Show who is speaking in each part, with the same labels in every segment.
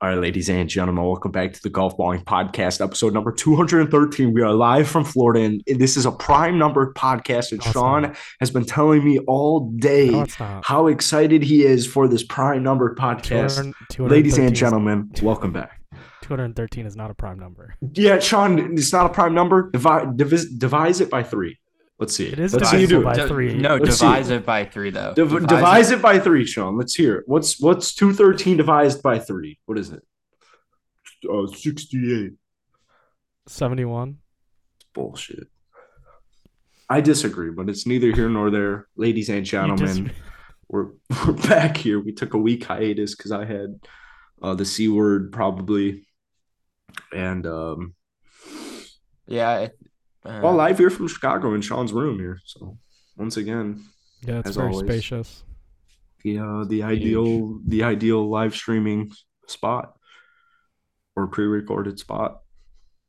Speaker 1: All right, ladies and gentlemen, welcome back to the Golf Balling Podcast, episode number 213. We are live from Florida, and this is a prime numbered podcast. And
Speaker 2: No, it's
Speaker 1: Sean
Speaker 2: not.
Speaker 1: has been telling me all day
Speaker 2: No, it's not.
Speaker 1: how excited he is for this prime numbered podcast.
Speaker 2: 200
Speaker 1: Ladies
Speaker 2: 213
Speaker 1: and
Speaker 2: is-
Speaker 1: gentlemen, welcome back.
Speaker 2: 213 is not a prime number.
Speaker 1: Yeah, Sean, it's not a prime number. Divide, divis, divise it by three. Let's see.
Speaker 2: It is
Speaker 1: Let's see you do
Speaker 2: divisible
Speaker 1: it.
Speaker 2: by
Speaker 3: Di-
Speaker 2: three.
Speaker 3: No,
Speaker 1: Let's see.
Speaker 3: divise it by three though.
Speaker 1: Div- divise,
Speaker 3: divise
Speaker 1: it by three, Sean. Let's hear it. What's what's two thirteen divised by three? What is it? Uh, Sixty eight.
Speaker 2: 71.
Speaker 1: Bullshit. I disagree, but it's neither here nor there, ladies and
Speaker 2: You
Speaker 1: gentlemen.
Speaker 2: just-
Speaker 1: we're we're back here. We took a week hiatus because I had uh, the c word probably, and um,
Speaker 3: Yeah. It, uh,
Speaker 1: well, live here from Chicago in Sean's room here. So once again,
Speaker 2: yeah, it's
Speaker 1: as
Speaker 2: very
Speaker 1: always.
Speaker 2: spacious.
Speaker 1: the uh, the ideal the ideal live streaming spot or pre-recorded spot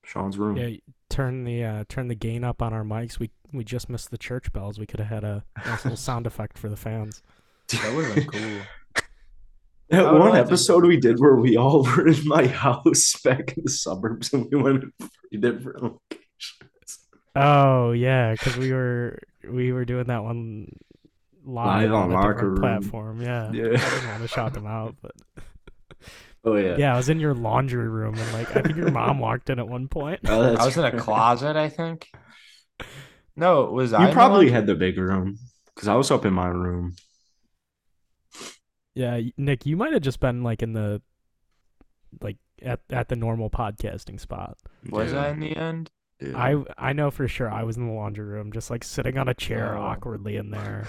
Speaker 1: sean's room
Speaker 2: Yeah, turn the uh, turn the gain up on our mics. We we just missed the church bells. We could have had a nice little sound effect for the fans.
Speaker 3: that would have been cool.
Speaker 1: that
Speaker 3: I would
Speaker 1: one
Speaker 3: like to-
Speaker 1: episode we did where we all were in my house back in the suburbs and we went to three different locations
Speaker 2: Oh yeah, because we were we were doing that one live,
Speaker 1: Live on
Speaker 2: on, a
Speaker 1: Locker
Speaker 2: different
Speaker 1: Room.
Speaker 2: platform. Yeah, I
Speaker 1: yeah
Speaker 2: didn't want to shout them out, but
Speaker 1: oh yeah,
Speaker 2: yeah, I was in your laundry room and like I think your mom walked in at one point.
Speaker 1: Oh, that's
Speaker 3: I was in a
Speaker 1: right.
Speaker 3: closet, I think. No, was I? in
Speaker 1: you
Speaker 3: the
Speaker 1: probably
Speaker 3: lounge?
Speaker 1: had the big room because i was up in my room
Speaker 2: Yeah, y- Nick, you might have just been like in the like at at the normal podcasting spot.
Speaker 3: Was
Speaker 1: Yeah,
Speaker 3: I in the end?
Speaker 1: yeah.
Speaker 2: I I know for sure I was in the laundry room just like sitting on a chair
Speaker 3: Oh.
Speaker 2: awkwardly in there.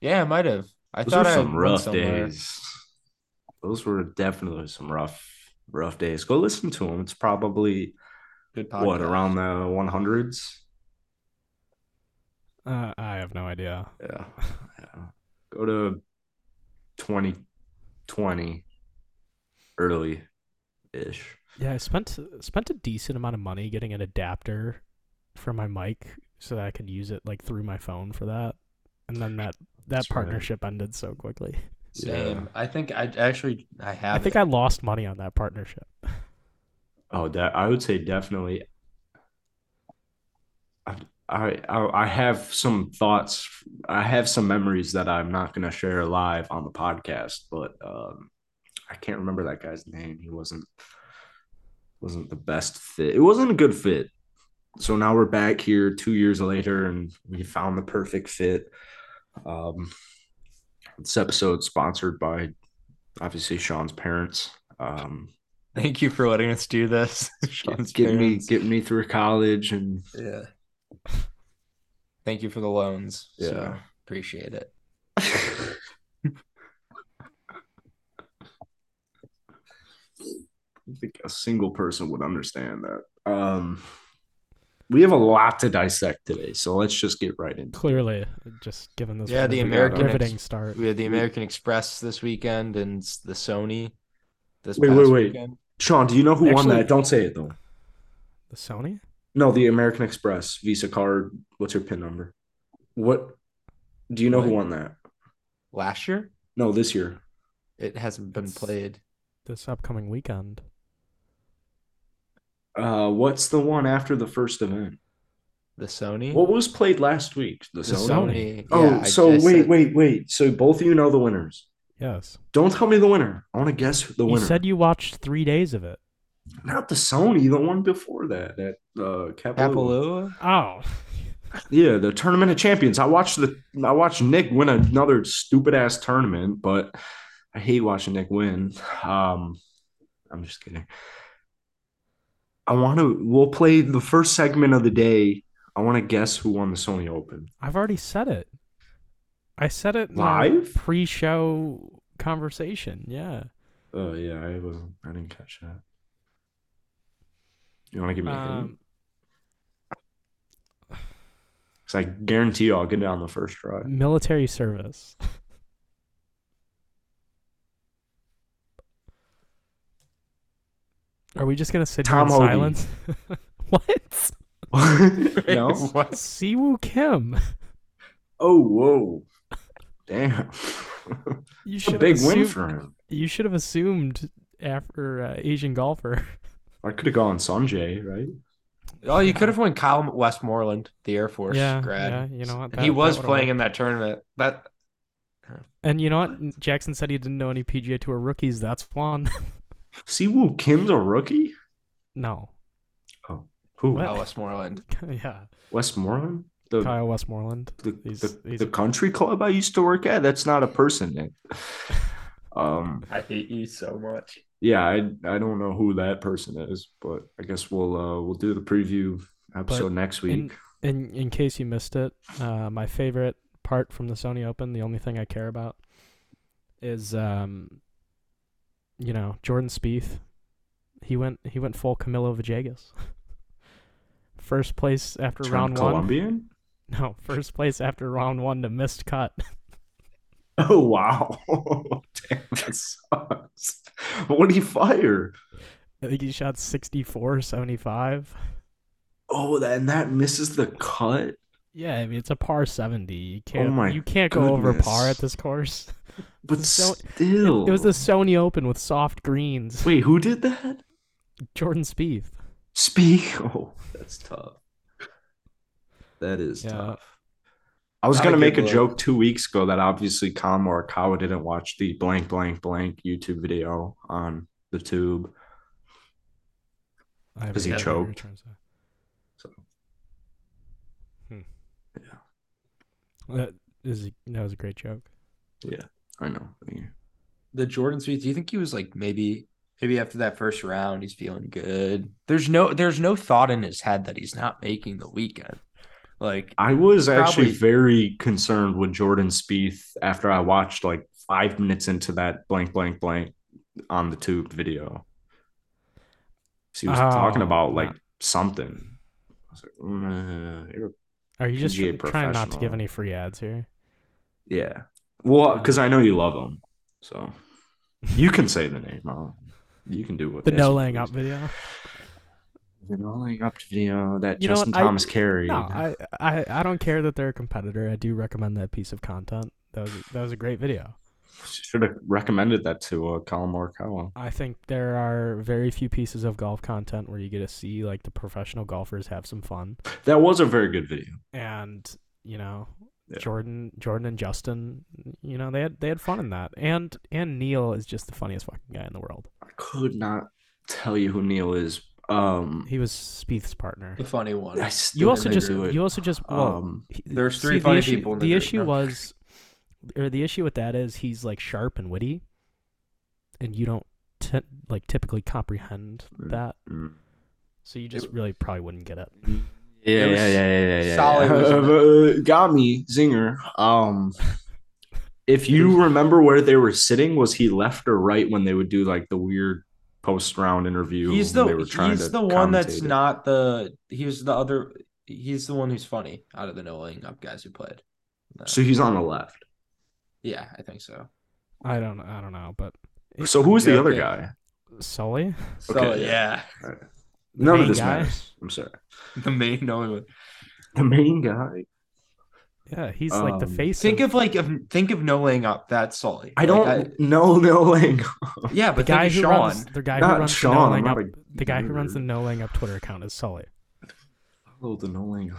Speaker 3: Yeah, I might have. I
Speaker 1: Those were
Speaker 3: thought I
Speaker 1: some
Speaker 3: went
Speaker 1: rough
Speaker 3: somewhere.
Speaker 1: days. Those were definitely some rough, rough days. Go listen to them. It's probably
Speaker 3: Good
Speaker 1: what
Speaker 3: podcast.
Speaker 1: around the 100s.
Speaker 2: Uh, I have no idea.
Speaker 1: Yeah. yeah. Go to 2020, early ish.
Speaker 2: Yeah, I spent spent a decent amount of money getting an adapter for my mic so that I could use it like through my phone for that. And then that that
Speaker 1: That's right.
Speaker 2: partnership ended so quickly.
Speaker 3: Same.
Speaker 1: Yeah.
Speaker 3: I think I actually I
Speaker 2: I
Speaker 3: have.
Speaker 2: think
Speaker 3: it.
Speaker 2: I lost money on that partnership.
Speaker 1: Oh, that I would say definitely. I, I I I have some thoughts. I have some memories that I'm not going to share live on the podcast, but um, I can't remember that guy's name. He wasn't wasn't the best fit. It wasn't a good fit. So now we're back here two years later, and we found the perfect fit. Um, this episode sponsored by obviously Sean's parents. Um,
Speaker 3: Thank you for letting us do this. Sean's
Speaker 1: getting me
Speaker 3: parents.
Speaker 1: getting me through college and
Speaker 3: Yeah. Thank you for the loans. Yeah.
Speaker 1: Yeah.
Speaker 3: appreciate it.
Speaker 1: I don't think a single person would understand that. Um, we have a lot to dissect today, so let's just get right into.
Speaker 2: Clearly, just given this
Speaker 3: Yeah, the
Speaker 2: riveting-
Speaker 3: American ex-
Speaker 2: riveting start.
Speaker 3: We had the American Express this weekend and s- the Sony this
Speaker 1: Wait,
Speaker 3: past
Speaker 1: wait, wait.
Speaker 3: weekend.
Speaker 1: it. Sean, do you know who won
Speaker 2: Actually-
Speaker 1: that? Don't say it though.
Speaker 2: The Sony?
Speaker 1: No, the American Express Visa card. What's your PIN number? What do you know who
Speaker 3: What?
Speaker 1: won that?
Speaker 3: Last year,
Speaker 1: No, this year.
Speaker 3: it hasn't been
Speaker 2: It's-
Speaker 3: played.
Speaker 2: This upcoming weekend.
Speaker 1: Uh, what's the one after the first event?
Speaker 3: The Sony.
Speaker 1: What was played last week? The
Speaker 3: the
Speaker 1: Sony.
Speaker 3: Sony.
Speaker 1: Oh,
Speaker 3: Yeah, I
Speaker 1: so
Speaker 3: just
Speaker 1: wait,
Speaker 3: said-
Speaker 1: wait, wait. So both of you know the winners.
Speaker 2: Yes.
Speaker 1: Don't tell me the winner. I want to guess who the
Speaker 2: You
Speaker 1: winner.
Speaker 2: said you watched three days of it.
Speaker 1: Not the Sony, the one before that, that uh, Kapalua.
Speaker 2: Oh.
Speaker 3: Kapalua?
Speaker 1: Yeah, the Tournament of Champions. I watched the I watched Nick win another stupid ass tournament, but I hate watching Nick win. Um, I'm just kidding. I want to. We'll play the first segment of the day. I want to guess who won the Sony Open.
Speaker 2: I've already said it. I said it in our
Speaker 1: Live?
Speaker 2: pre-show conversation. Yeah.
Speaker 1: Oh yeah, I wasn't. I didn't catch that. You want to give me a hint?
Speaker 2: Um,
Speaker 1: Because I guarantee you I'll get it on the first try.
Speaker 2: military service. Are we just gonna sit
Speaker 1: Tom
Speaker 2: here in
Speaker 1: Hoagie.
Speaker 2: silence? what?
Speaker 1: no?
Speaker 3: What?
Speaker 2: Siwoo Kim.
Speaker 1: Oh, whoa. Damn.
Speaker 2: You
Speaker 1: It's a
Speaker 2: should
Speaker 1: big
Speaker 2: assume,
Speaker 1: win for him.
Speaker 2: You should have assumed Af- or, uh, Asian golfer.
Speaker 1: I could have gone Sanjay, right?
Speaker 3: Oh, you could have won Kyle Westmoreland, the Air Force
Speaker 2: yeah,
Speaker 3: grad.
Speaker 2: yeah, you know what?
Speaker 3: he
Speaker 2: that-
Speaker 3: was
Speaker 2: that would've
Speaker 3: playing
Speaker 2: worked.
Speaker 3: in that tournament. That
Speaker 2: And you know what? Jackson said he didn't know any PGA Tour rookies. That's one.
Speaker 1: Siwoo Kim's a rookie?
Speaker 2: no.
Speaker 1: Who?
Speaker 2: What?
Speaker 3: Kyle Westmoreland.
Speaker 2: yeah.
Speaker 1: Westmoreland? The,
Speaker 2: Kyle Westmoreland.
Speaker 1: the,
Speaker 2: he's-
Speaker 1: the,
Speaker 2: he's-
Speaker 1: the country club I used to work at? That's not a person, Nick. Um,
Speaker 3: I hate you so much.
Speaker 1: yeah, I, I don't know who that person is, but I guess we'll uh, we'll do the preview episode next week.
Speaker 2: In, in in case you missed it, uh, my favorite part from the Sony Open, the only thing I care about, is um, you know Jordan Spieth. He went he went full Camilo Villegas. first place after
Speaker 1: Turn
Speaker 2: round one.
Speaker 1: Colombian?
Speaker 2: No, first place after round one to missed cut.
Speaker 1: Oh wow! Damn, that sucks. What did he fire?
Speaker 2: I think he shot 64 75.
Speaker 1: Oh, that and that misses the cut.
Speaker 2: Yeah, I mean it's a par 70. You can't
Speaker 1: Oh my
Speaker 2: you can't go over par
Speaker 1: goodness.
Speaker 2: at this course.
Speaker 1: But
Speaker 2: So- it-
Speaker 1: still,
Speaker 2: It was the Sony Open with soft greens.
Speaker 1: Wait, who did that?
Speaker 2: Jordan Spieth.
Speaker 1: Speak. Oh, that's tough. That is
Speaker 2: Yeah.
Speaker 1: tough. I was
Speaker 3: Not a
Speaker 1: gonna make
Speaker 3: good
Speaker 1: a
Speaker 3: look.
Speaker 1: joke two weeks ago that obviously Kyle Morikawa didn't watch the blank blank blank YouTube video on the tube.
Speaker 2: I
Speaker 1: 'Cause
Speaker 2: have
Speaker 3: he
Speaker 2: no idea what you're
Speaker 1: choked.
Speaker 2: trying to say. Hmm.
Speaker 1: So
Speaker 2: That is that was a great joke.
Speaker 1: I know.
Speaker 3: The Jordan Spieth. Do you think he was like maybe maybe after that first round he's feeling good? There's no there's no thought in his head that he's not making the weekend. Like
Speaker 1: I was actually
Speaker 3: Probably-
Speaker 1: very concerned with Jordan Spieth after I watched like five minutes into that blank blank blank on the tube video. 'Cause He was talking
Speaker 2: Oh,
Speaker 1: about
Speaker 2: yeah.
Speaker 1: like something. I was like, "Mm, you're a
Speaker 2: Are you just
Speaker 1: PGA
Speaker 2: tr- trying not to give
Speaker 1: professional.
Speaker 2: any free ads here?
Speaker 1: Yeah. Well, because I know you love them, so you can say the name. I'll, you can do what
Speaker 2: The
Speaker 1: yes,
Speaker 2: no laying
Speaker 1: please.
Speaker 2: up video.
Speaker 1: The no laying up video that
Speaker 2: You know
Speaker 1: Justin
Speaker 2: what, I-
Speaker 1: Thomas carried.
Speaker 2: No, I, I I don't care that they're a competitor. I do recommend that piece of content. That was that was a great video.
Speaker 1: should have recommended that to uh, Colin Morikawa.
Speaker 2: I think there are very few pieces of golf content where you get to see like the professional golfers have some fun,
Speaker 1: That was a very good video.
Speaker 2: and you know,
Speaker 1: Yeah.
Speaker 2: Jordan, Jordan and Justin, you know, they had they had fun in that. And and Neil is just the funniest fucking guy in the world.
Speaker 1: I could not tell you who Neil is. Um,
Speaker 2: He was Spieth's partner.
Speaker 3: the funny one.
Speaker 1: I still
Speaker 2: You also
Speaker 1: didn't
Speaker 2: just
Speaker 1: do it.
Speaker 2: you also just well,
Speaker 1: um,
Speaker 2: he-
Speaker 3: There's three
Speaker 2: see,
Speaker 3: funny
Speaker 2: the issue,
Speaker 3: people in the
Speaker 2: the
Speaker 3: group,
Speaker 2: issue
Speaker 3: no.
Speaker 2: was, or the issue with that is he's like sharp and witty, and you don't t- like typically comprehend
Speaker 1: Mm.
Speaker 2: that,
Speaker 1: mm.
Speaker 2: so you just really probably wouldn't get it.
Speaker 1: yeah,
Speaker 3: It was
Speaker 1: yeah, yeah, yeah, yeah, yeah.
Speaker 3: solid,
Speaker 1: Uh, got me, zinger. Um, if you remember where they were sitting, was he left or right when they would do like the weird post round interview?
Speaker 3: he's
Speaker 1: when
Speaker 3: the
Speaker 1: they were trying
Speaker 3: he's
Speaker 1: to
Speaker 3: the one that's
Speaker 1: commentate it?
Speaker 3: not the he's the other he's the one who's funny out of the no laying up guys who played. No.
Speaker 1: So he's on the left.
Speaker 3: yeah, I think so.
Speaker 2: I don't I don't know, but it-
Speaker 1: So who is the
Speaker 3: Yeah,
Speaker 1: other
Speaker 3: okay.
Speaker 1: guy?
Speaker 2: Sully?
Speaker 3: So
Speaker 1: Okay,
Speaker 3: yeah.
Speaker 2: The
Speaker 1: None of
Speaker 2: main
Speaker 1: this
Speaker 2: guy?
Speaker 1: matters. I'm sorry.
Speaker 3: the main knowing one.
Speaker 1: The main guy.
Speaker 2: Yeah, he's like the
Speaker 1: Um,
Speaker 2: face.
Speaker 3: Think of like of think of no laying up. That's Sully.
Speaker 1: I don't
Speaker 3: Like,
Speaker 1: know no Lang.
Speaker 3: I- yeah,
Speaker 2: the
Speaker 3: but
Speaker 2: guy
Speaker 3: think of
Speaker 2: who
Speaker 3: Sean.
Speaker 2: runs the guy who
Speaker 1: Not
Speaker 2: runs the
Speaker 1: Sean,
Speaker 2: no
Speaker 1: I'm
Speaker 2: laying
Speaker 1: not
Speaker 2: up
Speaker 1: a
Speaker 2: the guy who runs the
Speaker 1: nerd.
Speaker 2: no laying up Twitter account is Sully.
Speaker 1: Oh, the no Lang.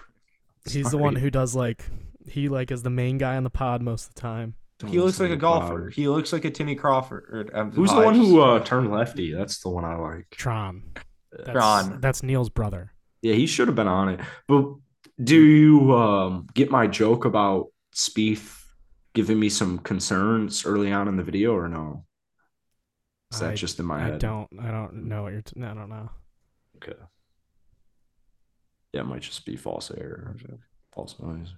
Speaker 2: He's the one who does like he like is the main guy on the pod most of the time.
Speaker 3: He looks like a golfer. He looks like a Timmy Crawford. Or, um,
Speaker 1: Who's the
Speaker 3: Hodge.
Speaker 1: one who uh, turned lefty? That's the one I like.
Speaker 2: Tron. That's,
Speaker 3: Tron.
Speaker 2: That's Neil's brother.
Speaker 1: Yeah, he should have been on it. But do you um, get my joke about Spieth giving me some concerns early on in the video or no? Is that
Speaker 2: I-
Speaker 1: just in my
Speaker 2: I
Speaker 1: head?
Speaker 2: don't I don't know what you're t- I don't know.
Speaker 1: Okay. Yeah, it might just be false air, or false noise,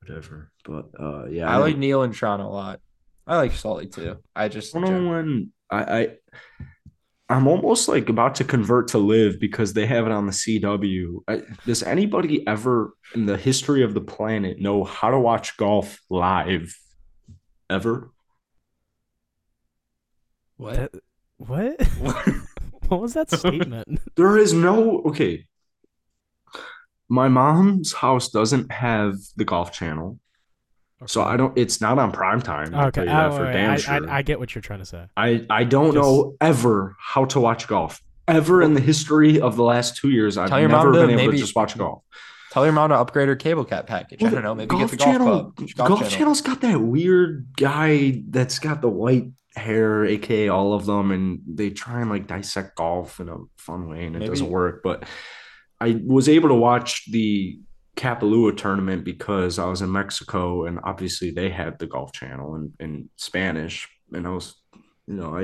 Speaker 1: whatever. But uh, yeah,
Speaker 3: I like Neil and Sean a lot. I like Sully too. I just
Speaker 1: I don't know when I, I I'm almost like about to convert to live because they have it on the CW. I, does anybody ever in the history of the planet know how to watch golf live? Ever?
Speaker 3: what
Speaker 2: That- what? what was that statement?
Speaker 1: There is no okay. My mom's house doesn't have the golf channel. So I don't. It's not on prime time. I'll tell
Speaker 2: Okay.
Speaker 1: you
Speaker 2: Oh,
Speaker 1: that for
Speaker 2: wait,
Speaker 1: damn
Speaker 2: I,
Speaker 1: sure.
Speaker 2: I, I get what you're trying to say.
Speaker 1: I I don't
Speaker 2: Just-
Speaker 1: know ever how to watch golf. Ever in the history of the last two years, I've
Speaker 3: Tell your
Speaker 1: never
Speaker 3: mom to
Speaker 1: been able
Speaker 3: maybe-
Speaker 1: to just watch golf.
Speaker 3: Tell your mom to upgrade her cable cat package. I don't know. Maybe get the golf club.
Speaker 1: Golf, Channel's got that weird guy that's got the white hair, aka all of them, and they try and like dissect golf in a fun way, and it
Speaker 3: Maybe-
Speaker 1: doesn't work. But I was able to watch the Kapalua tournament because I was in Mexico, and obviously they had the Golf Channel in, in Spanish, and I was, you know, I.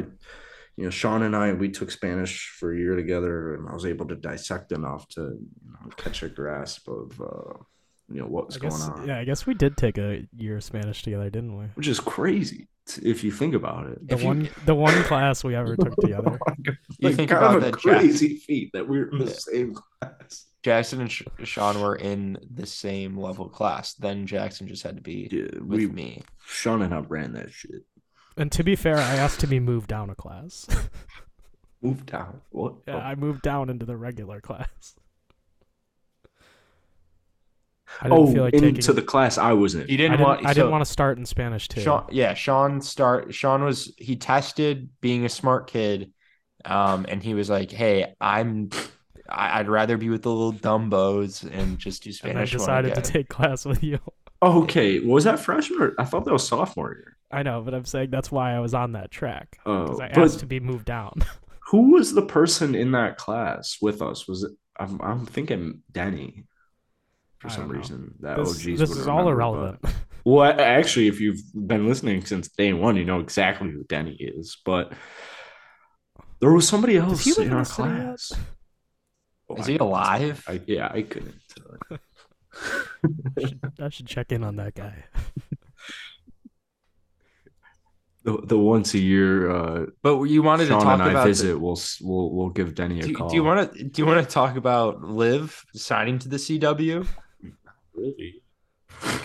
Speaker 1: You know, Sean and I, we took Spanish for a year together, and I was able to dissect enough to you know, catch a grasp of, uh, you know, what was
Speaker 2: I
Speaker 1: going
Speaker 2: guess,
Speaker 1: on
Speaker 2: yeah, I guess we did take a year of Spanish together, didn't we?
Speaker 1: which is crazy t- if you think about it.
Speaker 2: The
Speaker 3: If you-
Speaker 2: one, the one class we ever took together.
Speaker 3: You
Speaker 1: Like,
Speaker 3: think
Speaker 1: kind
Speaker 3: about
Speaker 1: of a
Speaker 3: that, Jack.
Speaker 1: crazy feat that we're in the same class.
Speaker 3: Jackson and Sh- Sean were in the same level class. Then Jackson just had to be
Speaker 1: Dude,
Speaker 3: with
Speaker 1: we
Speaker 3: me.
Speaker 1: Sean and I ran that shit.
Speaker 2: And to be fair, I asked to be moved down a class.
Speaker 1: Moved down. What?
Speaker 2: yeah, I moved down into the regular class. I didn't
Speaker 1: oh,
Speaker 2: feel like
Speaker 1: into
Speaker 2: taking.
Speaker 1: the E. class I was in.
Speaker 3: You
Speaker 2: I
Speaker 3: didn't,
Speaker 2: didn't,
Speaker 3: want.
Speaker 2: I didn't
Speaker 3: so
Speaker 2: want to start in Spanish too.
Speaker 3: Sean, yeah, Sean start. Sean was he tested being a smart kid, um, and he was like, "Hey, I'm. I- I'd rather be with the little dumbos and just do
Speaker 2: and I
Speaker 3: Spanish." when I
Speaker 2: decided to
Speaker 3: get-
Speaker 2: take class with you.
Speaker 1: Okay, was that freshman? Or, I thought that was sophomore year.
Speaker 2: I know, but I'm saying that's why I was on that track
Speaker 1: Oh,
Speaker 2: because I asked
Speaker 1: but
Speaker 2: to be moved down.
Speaker 1: who was the person in that class with us? Was it? I'm, I'm thinking Denny. For
Speaker 2: I
Speaker 1: some
Speaker 2: don't know.
Speaker 1: reason, that
Speaker 2: this
Speaker 1: OGs
Speaker 2: this
Speaker 1: would
Speaker 2: is all
Speaker 1: remember, but-
Speaker 2: irrelevant.
Speaker 1: Well, a- actually, if you've been listening since day one, you know exactly who Denny is. But there was somebody
Speaker 2: Does
Speaker 1: else
Speaker 2: he live
Speaker 1: Oh, in
Speaker 2: in
Speaker 1: our
Speaker 2: our city yet?
Speaker 1: class. Oh,
Speaker 3: Is
Speaker 1: I couldn't
Speaker 3: he
Speaker 1: tell.
Speaker 3: alive?
Speaker 1: I, yeah, I couldn't. tell.
Speaker 2: I should check in on that guy.
Speaker 1: The, the once a year uh,
Speaker 3: But you wanted
Speaker 1: Sean
Speaker 3: to talk
Speaker 1: and I
Speaker 3: about the-
Speaker 1: visit, we'll s- we'll we'll give Denny a
Speaker 3: do,
Speaker 1: call.
Speaker 3: do you want to do you want to talk about Liv signing to the CW?
Speaker 1: really?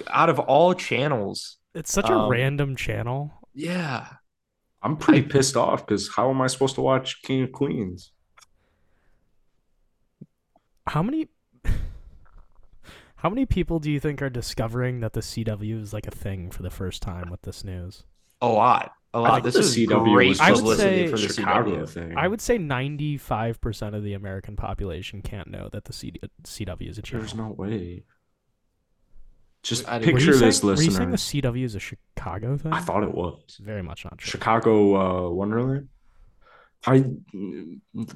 Speaker 3: Out of all channels,
Speaker 2: It's such a
Speaker 3: Um,
Speaker 2: random channel.
Speaker 3: yeah,
Speaker 1: I'm pretty pissed off because how am I supposed to watch King of Queens?
Speaker 2: How many? How many people do you think are discovering that the CW is like a thing for the first time with this news?
Speaker 3: a lot, a
Speaker 1: I
Speaker 3: lot.
Speaker 1: think
Speaker 3: This
Speaker 1: the
Speaker 3: is
Speaker 1: CW
Speaker 3: great
Speaker 1: was
Speaker 2: I would
Speaker 3: publicity
Speaker 2: say
Speaker 3: for the
Speaker 1: Chicago
Speaker 3: CW.
Speaker 1: thing.
Speaker 2: I would say 95% of the American population can't know that the CD- CW is a channel.
Speaker 1: There's no way. Just
Speaker 3: I didn't-
Speaker 2: Were you
Speaker 1: picture this,
Speaker 2: saying- Were you saying the
Speaker 1: listeners.
Speaker 2: CW is a Chicago thing?
Speaker 1: I thought it was.
Speaker 2: It's very much not true.
Speaker 1: Chicago uh, Wonderland. I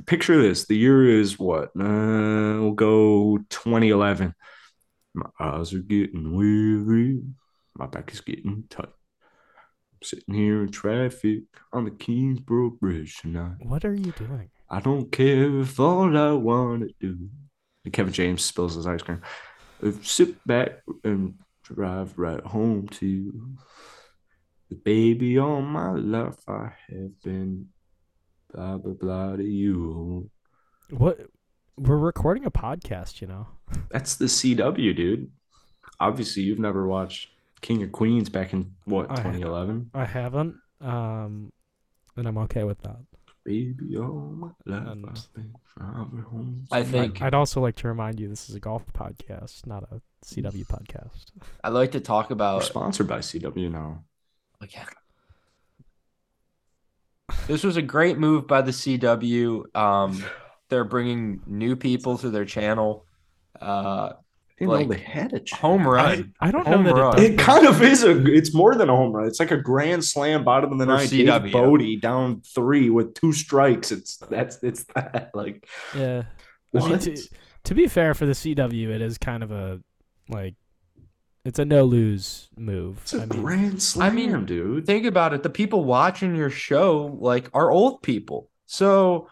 Speaker 1: picture this. The year is what? Uh, we'll go 2011. My eyes are getting weary. My back is getting tight. I'm sitting here in traffic on the Kingsborough Bridge tonight.
Speaker 2: What are you doing?
Speaker 1: I don't care if all I want to do. And Kevin James spills his ice cream. Uh, Sit back and drive right home to you. The baby all my life I have been blah blah blah to you.
Speaker 2: What? We're recording a podcast, you know.
Speaker 1: That's the CW, dude. Obviously, you've never watched King of Queens back in what
Speaker 2: I have.
Speaker 1: 2011.
Speaker 2: I haven't, um, and I'm okay with that.
Speaker 1: Baby all my life
Speaker 2: And-
Speaker 1: I've been driving home.
Speaker 3: I
Speaker 1: to
Speaker 3: think-
Speaker 2: I'd also like to remind you this is a golf podcast, not a CW podcast.
Speaker 3: I'd like to talk
Speaker 1: we're
Speaker 3: about
Speaker 1: sponsored by CW now.
Speaker 3: Okay. This was a great move by the CW. Um, they're bringing new people to their channel. Uh,
Speaker 1: You
Speaker 3: Like,
Speaker 1: know they had a chance.
Speaker 3: home
Speaker 2: I,
Speaker 3: run
Speaker 2: I don't
Speaker 3: Home
Speaker 2: know that
Speaker 3: run.
Speaker 2: it
Speaker 1: It
Speaker 2: does.
Speaker 1: kind of is a. It's more than a home run. It's like a grand slam, bottom of the
Speaker 3: For
Speaker 1: ninth.
Speaker 3: CW.
Speaker 1: Dave Bodie down three with two strikes. It's that's it's that like
Speaker 2: yeah. I mean,
Speaker 1: what?
Speaker 2: to, to be fair, for the CW, it is kind of a like it's a no lose move.
Speaker 1: it's a
Speaker 2: I mean,
Speaker 1: grand slam,
Speaker 3: mean,
Speaker 1: dude.
Speaker 3: think about it. The people watching your show like are old people, so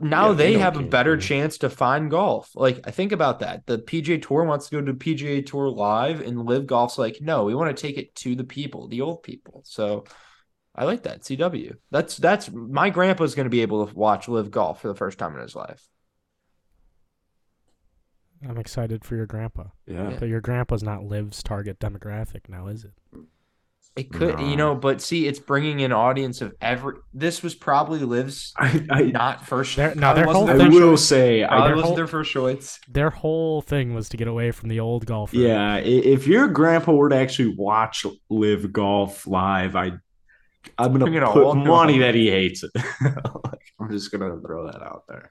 Speaker 3: now
Speaker 1: Yeah, they
Speaker 3: they,
Speaker 1: don't
Speaker 3: have a
Speaker 1: care,
Speaker 3: better
Speaker 1: dude.
Speaker 3: chance to find golf. Like I think about that. The PGA Tour wants to go to PGA Tour Live, and Live Golf's like, no, we want to take it to the people, the old people. So I like that CW. That's that's my grandpa's going to be able to watch Live Golf for the first time in his life.
Speaker 2: I'm excited for your grandpa.
Speaker 1: Yeah,
Speaker 2: But your grandpa's not Liv's target demographic now, is it?
Speaker 3: It could,
Speaker 1: No.
Speaker 3: you know, but see, it's bringing an audience of every. This was probably Liv's
Speaker 1: I, I,
Speaker 3: not first.
Speaker 2: Their- no,
Speaker 3: probably
Speaker 2: their
Speaker 3: wasn't
Speaker 2: whole
Speaker 1: I
Speaker 2: thing-
Speaker 1: will say, I,
Speaker 3: Probably
Speaker 2: their
Speaker 3: wasn't
Speaker 2: whole-
Speaker 3: their first choice.
Speaker 2: Their whole thing was to get away from the old golfer.
Speaker 1: yeah, i- if your grandpa were to actually watch Live Golf live, I, I'm
Speaker 3: Bring it
Speaker 1: gonna
Speaker 3: all
Speaker 1: put
Speaker 3: up.
Speaker 1: money that he hates it. Like, I'm just gonna throw that out there.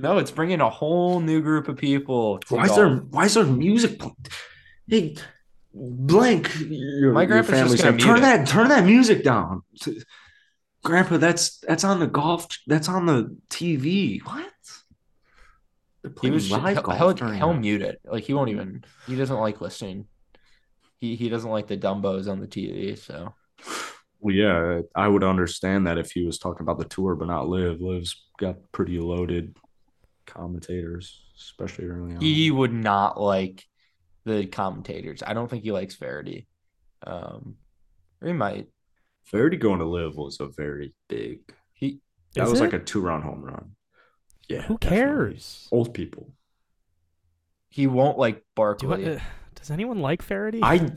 Speaker 3: No, it's bringing a whole new group of people. to
Speaker 1: Why is
Speaker 3: golf.
Speaker 1: there why is there music? pl- Hey, blank. Your,
Speaker 3: My grandpa's just
Speaker 1: family's
Speaker 3: gonna
Speaker 1: like, turn
Speaker 3: mute
Speaker 1: that turn that music down. Grandpa, that's that's on the golf. That's on the TV. What? They're
Speaker 3: He
Speaker 1: playing
Speaker 3: was
Speaker 1: live
Speaker 3: he'll,
Speaker 1: golf
Speaker 3: he'll,
Speaker 1: during
Speaker 3: he'll
Speaker 1: that.
Speaker 3: mute it. Like he won't even. He doesn't like listening. He he doesn't like the dumbos on the TV. So
Speaker 1: Well, yeah, I would understand that if he was talking about the tour, but not live. Live's got pretty loaded commentators, especially early on.
Speaker 3: he would not like the commentators. I don't think he likes Verity. Um, or he might.
Speaker 1: Verity going to live was a very big.
Speaker 3: He
Speaker 1: That
Speaker 2: Is
Speaker 1: was
Speaker 2: it?
Speaker 1: like a two-round home run. Yeah.
Speaker 2: Who
Speaker 1: definitely.
Speaker 2: cares?
Speaker 1: Old people.
Speaker 3: he won't like
Speaker 2: Do I,
Speaker 3: Barkley.
Speaker 2: uh, does anyone like Faraday?
Speaker 1: I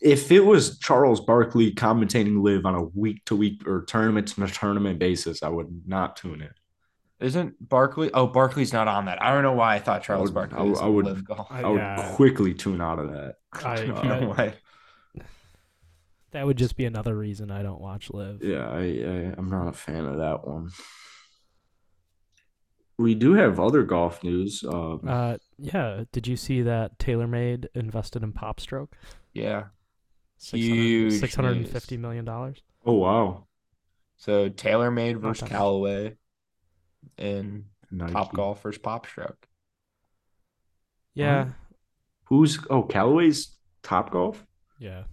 Speaker 1: if it was Charles Barkley commentating live on a week to week or tournament to tournament basis, I would not tune in.
Speaker 3: Isn't Barkley? Oh, Barkley's not on that. I don't know why I thought Charles
Speaker 1: would-
Speaker 3: Barkley.
Speaker 1: I would-
Speaker 3: was
Speaker 1: I
Speaker 3: on
Speaker 1: would-
Speaker 3: Live Golf.
Speaker 2: I-
Speaker 1: I would
Speaker 2: Yeah.
Speaker 1: quickly tune out of that.
Speaker 2: I-
Speaker 3: don't
Speaker 1: Uh,
Speaker 3: know why.
Speaker 2: that would just be another reason I don't watch live.
Speaker 1: yeah, I, I I'm not a fan of that one. We do have other golf news. Um,
Speaker 2: Uh, yeah. Did you see that TaylorMade invested in Popstroke?
Speaker 3: Yeah. Huge news.
Speaker 2: Six hundred and fifty million dollars.
Speaker 1: oh wow,
Speaker 3: So TaylorMade versus
Speaker 2: that much.
Speaker 3: Callaway, and
Speaker 1: Nike.
Speaker 3: Top Golf versus Popstroke.
Speaker 2: Yeah,
Speaker 1: Who's oh Callaway's Top Golf?
Speaker 2: yeah.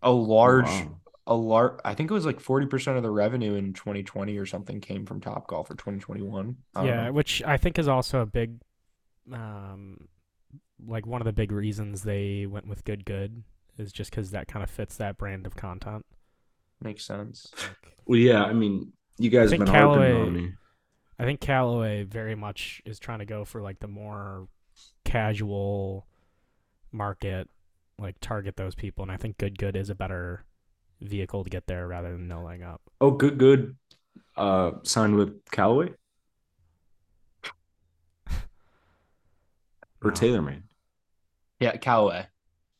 Speaker 3: A large,
Speaker 1: Wow.
Speaker 3: a large. I think it was like forty percent of the revenue in 2020 or something came from Top Golf or 2021. I don't
Speaker 2: yeah
Speaker 3: know.
Speaker 2: which i think is also a big um like one of the big reasons they went with good good is just because that kind of fits that brand of content
Speaker 3: makes sense.
Speaker 2: like,
Speaker 1: Well, yeah, I mean you guys have
Speaker 2: think
Speaker 1: been harping
Speaker 2: Callaway-
Speaker 1: on me.
Speaker 2: i think callaway very much is trying to go for like the more casual market like target those people and i think good good is a better vehicle to get there rather than nulling up
Speaker 1: Oh, good, good. Uh, signed with Callaway or
Speaker 2: No.
Speaker 1: TaylorMade.
Speaker 3: Yeah, Callaway.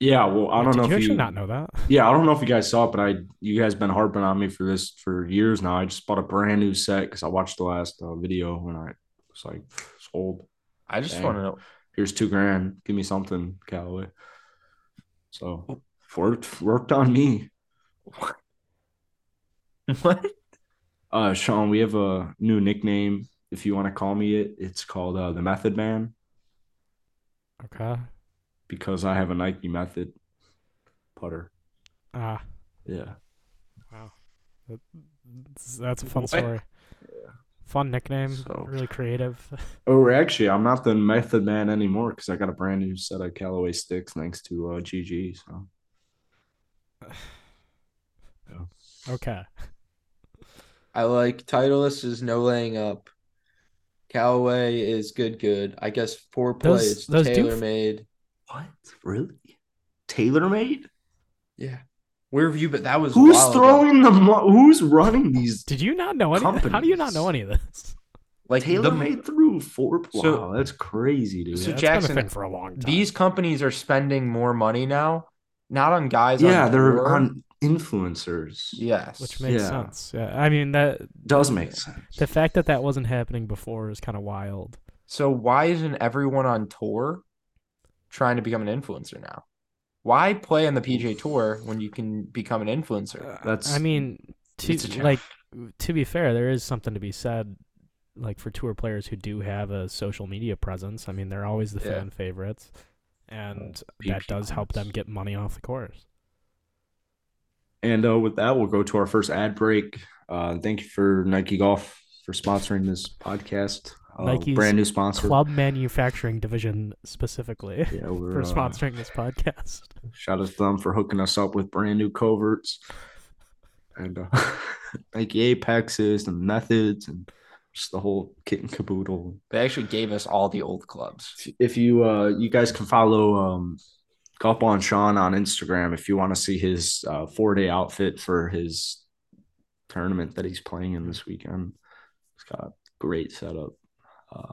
Speaker 1: Yeah, well, I
Speaker 2: Wait,
Speaker 1: don't
Speaker 2: did
Speaker 1: know
Speaker 2: you
Speaker 1: if
Speaker 2: actually
Speaker 1: you.
Speaker 2: not know that
Speaker 1: Yeah, I don't know if you guys saw it, but I you guys been harping on me for this for years now. I just bought a brand new set because I watched the last uh, video when I was like, it's old.
Speaker 3: I just
Speaker 1: Dang.
Speaker 3: want to know.
Speaker 1: Here's two grand. Give me something, Callaway. So worked worked on me.
Speaker 3: What?
Speaker 1: Uh, Sean, we have a new nickname. If you want to call me it, it's called uh, the Method Man.
Speaker 2: okay
Speaker 1: because I have a Nike Method putter.
Speaker 2: ah
Speaker 1: Yeah.
Speaker 2: wow That- that's a fun
Speaker 3: What?
Speaker 2: story fun nickname
Speaker 1: So-
Speaker 2: really creative
Speaker 1: Or Oh, actually, I'm not the Method Man anymore because I got a brand new set of Callaway sticks thanks to uh, GG. So
Speaker 2: Okay.
Speaker 3: I like Titleist is no laying up. Callaway is good, good. I guess four
Speaker 2: Those-
Speaker 3: plays.
Speaker 2: those do-
Speaker 3: Taylor made.
Speaker 1: what? Really? TaylorMade?
Speaker 3: Yeah. Where have you been? That was a
Speaker 1: Who's
Speaker 3: while ago.
Speaker 1: throwing the? Mo- who's running these?
Speaker 2: Did you not know any? How do you not
Speaker 1: Companies.
Speaker 2: know any of this?
Speaker 3: like the-
Speaker 1: TaylorMade through four.
Speaker 3: So-
Speaker 1: wow, that's crazy, dude.
Speaker 3: So
Speaker 2: Yeah, it's
Speaker 3: Jackson,
Speaker 2: been a thing for a long time.
Speaker 3: These companies are spending more money now, not on guys. on
Speaker 1: yeah, they're
Speaker 3: tour.
Speaker 1: on influencers.
Speaker 3: Yes,
Speaker 2: which makes
Speaker 1: Yeah.
Speaker 2: sense. Yeah, I mean that
Speaker 1: Does make sense.
Speaker 2: the fact that that wasn't happening before is kind of wild.
Speaker 3: So why isn't everyone on tour trying to become an influencer now? Why play on the PJ Tour when you can become an influencer?
Speaker 1: That's-
Speaker 2: I mean, to
Speaker 1: it's a challenge.
Speaker 2: like to be fair, there is something to be said like for tour players who do have a social media presence. I mean, they're always the
Speaker 3: Yeah.
Speaker 2: fan favorites, and that
Speaker 1: PP
Speaker 2: does help them
Speaker 1: points.
Speaker 2: get money off the course.
Speaker 1: And uh, with that, we'll go to our first ad break. Uh, thank you for Nike Golf for sponsoring this podcast. Uh,
Speaker 2: Nike's
Speaker 1: brand new sponsor.
Speaker 2: Club manufacturing division specifically
Speaker 1: Yeah, we're,
Speaker 2: for
Speaker 1: uh,
Speaker 2: sponsoring this podcast.
Speaker 1: shout out to them for hooking us up with brand new coverts. And uh, Nike Apexes and methods and just the whole kit and caboodle.
Speaker 3: They actually gave us all the old clubs.
Speaker 1: If you uh, you guys can follow um, up on Sean on Instagram if you want to see his uh, four day outfit for his tournament that he's playing in this weekend. He's got a great setup. Uh,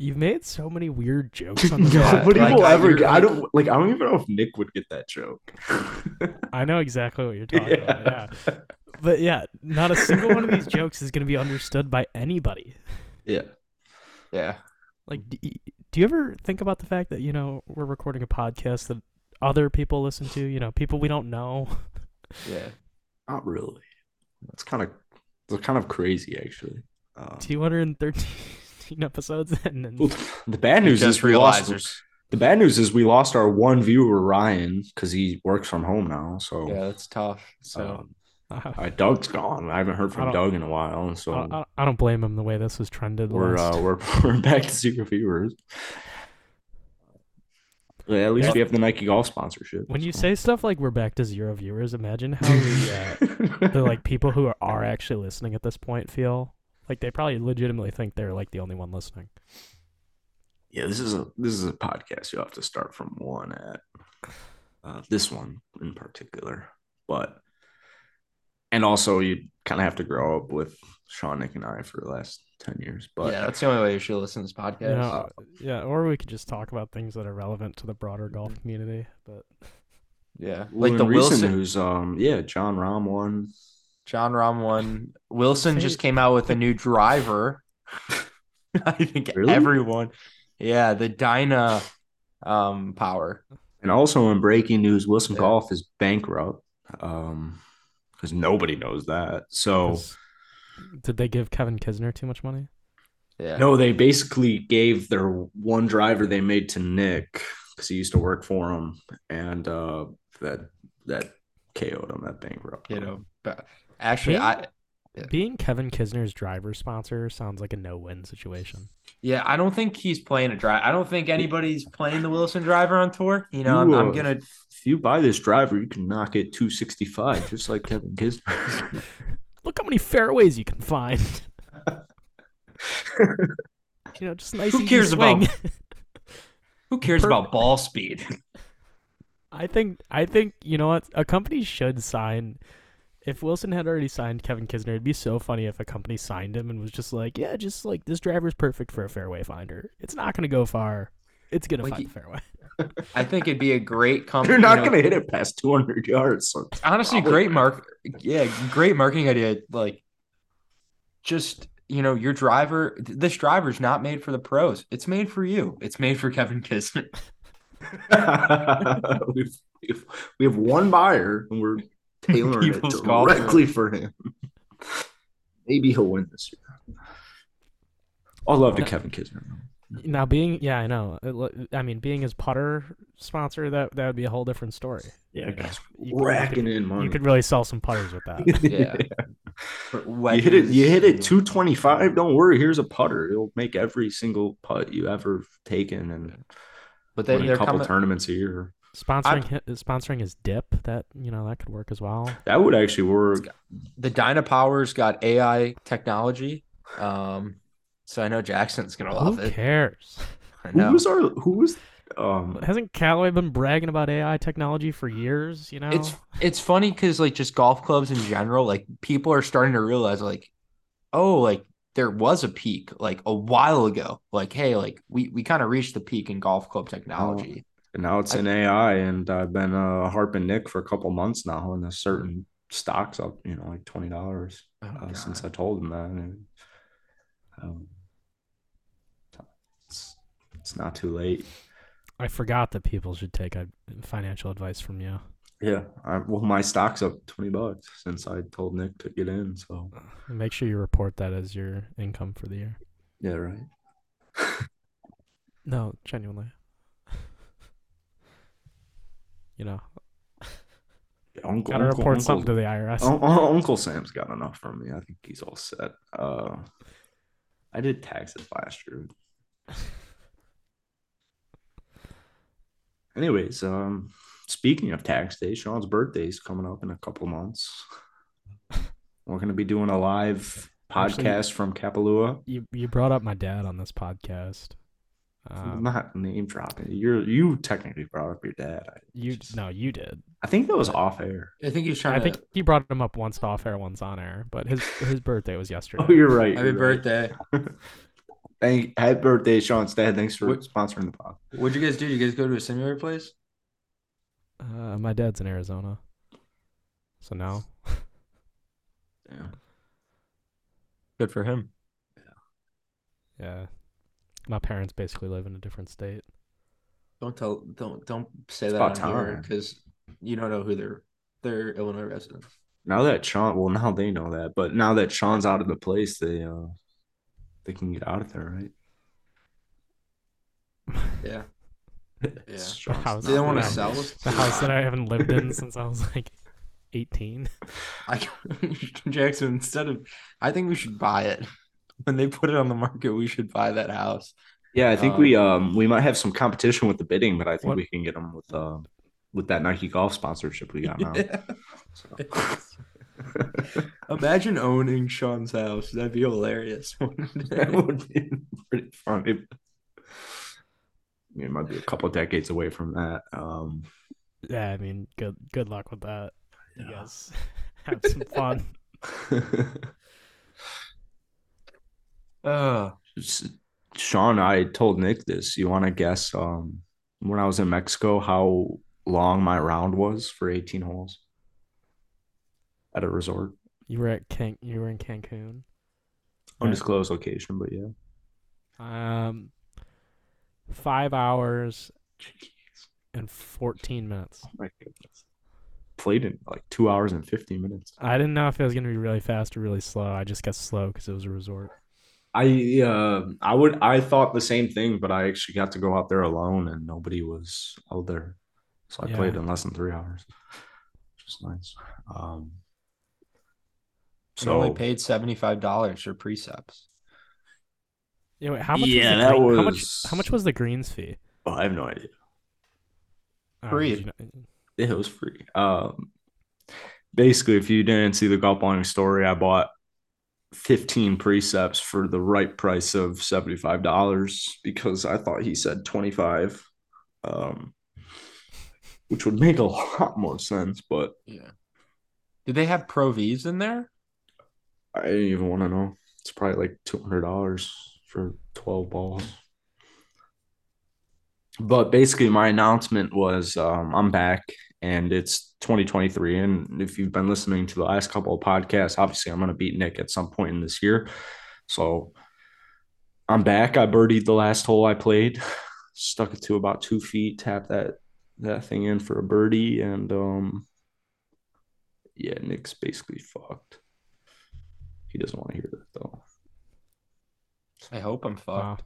Speaker 2: You've made so many weird jokes on
Speaker 1: Nobody
Speaker 2: this.
Speaker 3: Yeah, like,
Speaker 1: will
Speaker 3: I-
Speaker 1: ever.
Speaker 3: you're
Speaker 1: I
Speaker 3: like-
Speaker 1: don't like. I don't even know if Nick would get that joke.
Speaker 2: I know exactly what you're talking about. Yeah. But yeah, not a single one of these jokes is going to be understood by anybody.
Speaker 1: yeah.
Speaker 3: Yeah.
Speaker 2: Like, do, do you ever think about the fact that, you know, we're recording a podcast that other people listen to, you know, people we don't know?
Speaker 3: Yeah.
Speaker 1: Not really. It's kind of. It's kind of crazy, actually. Um,
Speaker 2: 213 episodes and then
Speaker 1: well, the bad news is we lost. The bad news is we lost our one viewer Ryan because he works from home now. So
Speaker 3: Yeah, that's tough. So
Speaker 1: um,
Speaker 2: I,
Speaker 1: uh, Doug's gone. I haven't heard
Speaker 2: I
Speaker 1: from
Speaker 2: don't-
Speaker 1: Doug in a while. So
Speaker 2: I, I don't blame him the way this was trended.
Speaker 1: we're
Speaker 2: last-
Speaker 1: uh, we're we're back to zero viewers. Yeah, at least we have the Nike golf sponsorship.
Speaker 2: when you
Speaker 1: so.
Speaker 2: say stuff like we're back to zero viewers, imagine how the, uh, the like people who are, are actually listening at this point feel. Like they probably legitimately think they're like the only one listening.
Speaker 1: yeah, this is a this is a podcast. You have to start from one at uh, this one in particular, but and also you kind of have to grow up with Sean, Nick, and I for the last ten years. But
Speaker 3: yeah, that's the only way you should listen to this podcast.
Speaker 2: You know, uh, yeah, or we could just talk about things that are relevant to the broader golf community. But
Speaker 3: yeah.
Speaker 1: Well,
Speaker 3: Like
Speaker 1: in
Speaker 3: the
Speaker 1: recent
Speaker 3: Wilson
Speaker 1: news, um, yeah, John Rahm won.
Speaker 3: John Rahm one. Wilson
Speaker 2: Say-
Speaker 3: just came out with a new driver. I think
Speaker 1: Really?
Speaker 3: everyone. Yeah, the Dyna um power.
Speaker 1: And also in breaking news, Wilson
Speaker 3: Yeah.
Speaker 1: Golf is bankrupt. Um, because nobody knows that.
Speaker 3: Oh.
Speaker 1: So
Speaker 2: 'cause- did they give Kevin Kisner too much money?
Speaker 3: Yeah.
Speaker 1: no, they basically gave their one driver they made to Nick because he used to work for him, and uh, that that KO'd him. That bankrupt.
Speaker 3: You
Speaker 1: him.
Speaker 3: know, but actually
Speaker 2: Being-
Speaker 3: I Yeah.
Speaker 2: Being Kevin Kisner's driver sponsor sounds like a no-win situation.
Speaker 3: yeah, I don't think he's playing a drive. I don't think anybody's playing the Wilson driver on tour. You know, I'm,
Speaker 1: You,
Speaker 3: I'm
Speaker 1: uh,
Speaker 3: gonna
Speaker 1: If you buy this driver, you can knock it 265, just like Kevin Kisner.
Speaker 2: Look how many fairways you can find. you know, just nice.
Speaker 3: Who
Speaker 2: easy
Speaker 3: cares about-
Speaker 2: swing.
Speaker 3: who cares
Speaker 2: per-
Speaker 3: about ball speed?
Speaker 2: I think I think you know what a company should sign. If Wilson had already signed Kevin Kisner, it'd be so funny if a company signed him and was just like, "Yeah, just like this driver's perfect for a fairway finder. It's not gonna go far. It's gonna
Speaker 3: Like,
Speaker 2: find
Speaker 3: he-
Speaker 2: the fairway."
Speaker 3: I think it'd be a great company.
Speaker 1: You're not
Speaker 3: you know,
Speaker 1: going to hit it past 200 yards. So
Speaker 3: honestly
Speaker 1: Probably.
Speaker 3: great mark yeah great marketing idea like just you know your driver th- this driver's not made for the pros it's made for you it's made for kevin kisner
Speaker 1: we've, we've, we have one buyer and we're tailoring it
Speaker 3: People's golf
Speaker 1: directly for him. Maybe he'll win this year. All love to
Speaker 2: No.
Speaker 1: Kevin Kisner.
Speaker 2: Now, being yeah, I know. It lo- I mean, being his putter sponsor, that that would be a whole different story.
Speaker 1: Yeah, guys,
Speaker 2: You could-
Speaker 1: racking in
Speaker 2: You
Speaker 1: money.
Speaker 2: could really sell some putters with that.
Speaker 3: yeah
Speaker 1: You hit it. You hit it 225. Don't worry. Here's a putter. It'll make every single putt you ever taken and
Speaker 3: but then
Speaker 1: win a
Speaker 3: they're
Speaker 1: couple
Speaker 3: coming
Speaker 1: tournaments a year.
Speaker 2: Sponsoring hi- sponsoring his dip, that you know that could work as well.
Speaker 1: That would actually work.
Speaker 3: the dyna power's got ai technology um so i know jackson's gonna love
Speaker 2: Who
Speaker 3: it
Speaker 2: cares?
Speaker 3: i
Speaker 1: Who
Speaker 3: know
Speaker 1: was our? Who was? Um,
Speaker 2: Hasn't Callaway been bragging about AI technology for years? You know,
Speaker 3: it's it's funny because like just golf clubs in general like people are starting to realize like oh like there was a peak like a while ago like hey like we we kind of reached the peak in golf club technology
Speaker 1: And now it's in AI, and I've been uh, harping Nick for a couple months now, and there's certain stocks up, you know, like twenty dollars
Speaker 3: Oh,
Speaker 1: uh,
Speaker 3: God.
Speaker 1: since I told him that. And, um, it's, it's not too late.
Speaker 2: I forgot that people should take uh, financial advice from you.
Speaker 1: Yeah, I, well, my stock's up twenty bucks since I told Nick to get in. So
Speaker 2: Uh, Make sure you report that as your income for the year.
Speaker 1: yeah, right.
Speaker 2: No, genuinely. you know,
Speaker 1: Uncle,
Speaker 2: gotta
Speaker 1: Uncle,
Speaker 2: report
Speaker 1: Uncle-
Speaker 2: something to the IRS.
Speaker 1: Un- Un- Uncle Sam's got enough from me. I think he's all set. Uh, I did taxes last year. Anyways, um, speaking of tax day, Sean's birthday's coming up in a couple months. We're gonna be doing a live podcast
Speaker 2: Actually-
Speaker 1: from Kapalua.
Speaker 2: You you brought up my dad on this podcast.
Speaker 1: I'm
Speaker 2: Um,
Speaker 1: not name dropping. You're you technically brought up your dad. I,
Speaker 2: you
Speaker 1: just-
Speaker 2: no, you did.
Speaker 1: I think that was off air.
Speaker 3: I think he's trying
Speaker 2: I
Speaker 3: to.
Speaker 2: think he brought him up once off air, once on air. But his his birthday was yesterday.
Speaker 1: Oh, you're right.
Speaker 3: Happy
Speaker 1: you're right.
Speaker 3: birthday.
Speaker 1: Thank, happy birthday, Sean's dad. Thanks for
Speaker 3: What-
Speaker 1: sponsoring the pod.
Speaker 3: What'd you guys do? Did you guys go to a similar place?
Speaker 2: Uh, my dad's in Arizona, so no.
Speaker 1: Yeah.
Speaker 3: Good for him.
Speaker 2: Yeah, my parents basically live in a different state.
Speaker 3: Don't tell. Don't don't say
Speaker 1: about
Speaker 3: that on here
Speaker 1: time.
Speaker 3: because you don't know who they're. They're Illinois residents.
Speaker 1: Now that Sean, well, now they know that, but now that Sean's out of the place, they uh, they can get out of there, right?
Speaker 3: Yeah. Yeah.
Speaker 2: The
Speaker 1: Sean's
Speaker 2: house,
Speaker 3: They don't
Speaker 1: not
Speaker 3: wanna
Speaker 2: that-
Speaker 1: around.
Speaker 3: sell?
Speaker 2: the house that I haven't lived in since I was like eighteen.
Speaker 3: I Jackson, instead of, I think we should buy it. When they put it on the market, we should buy that house.
Speaker 1: Yeah, I think
Speaker 3: Um,
Speaker 1: we um we might have some competition with the bidding, but I think
Speaker 2: What-
Speaker 1: we can get them with um with that Nike golf sponsorship we got now.
Speaker 3: Imagine owning Sean's house. That'd be hilarious.
Speaker 1: that would be pretty funny. I mean, It might be a couple decades away from that. Um,
Speaker 2: Yeah, I mean, good good luck with that. You
Speaker 1: Yeah.
Speaker 2: guys have some fun.
Speaker 3: Uh,
Speaker 1: S- Sean, I told Nick this. You want to guess um, when I was in Mexico how long my round was for 18 holes at a resort?
Speaker 2: You were at Can- you were in Cancun. Right.
Speaker 1: Undisclosed location, but yeah.
Speaker 2: Um, five hours and fourteen minutes.
Speaker 1: My goodness. Played in like two hours and 15 minutes.
Speaker 2: I didn't know if it was gonna be really fast or really slow. I just guessed slow because it was a resort.
Speaker 1: I uh, I would I thought the same thing, but I actually got to go out there alone and nobody was out there. So I
Speaker 2: Yeah.
Speaker 1: played in less than three hours. Which is nice. Um
Speaker 3: so only
Speaker 1: so
Speaker 3: paid seventy five dollars for precepts.
Speaker 2: Yeah, wait, how much?
Speaker 1: Yeah,
Speaker 2: was the
Speaker 1: that
Speaker 2: green- how much?
Speaker 1: was-
Speaker 2: How much was the greens fee?
Speaker 1: oh, I have no idea.
Speaker 2: Oh,
Speaker 3: Free.
Speaker 2: did you know-
Speaker 1: It was free. Um basically if you didn't see the golf balling story, I bought 15 precepts for the right price of $75 because I thought he said 25. Um which would make a lot more sense, but
Speaker 3: Yeah. Did they have Pro Vs in there?
Speaker 1: I didn't even want to know. It's probably like two hundred dollars for twelve balls. But basically, my announcement was um, I'm back, and it's 2023. And if you've been listening to the last couple of podcasts, obviously I'm going to beat Nick at some point in this year. So I'm back. I birdied the last hole I played, stuck it to about two feet, tapped that that thing in for a birdie, and um, yeah, Nick's basically fucked. He doesn't want to hear that though.
Speaker 3: I hope I'm fucked.
Speaker 2: Wow.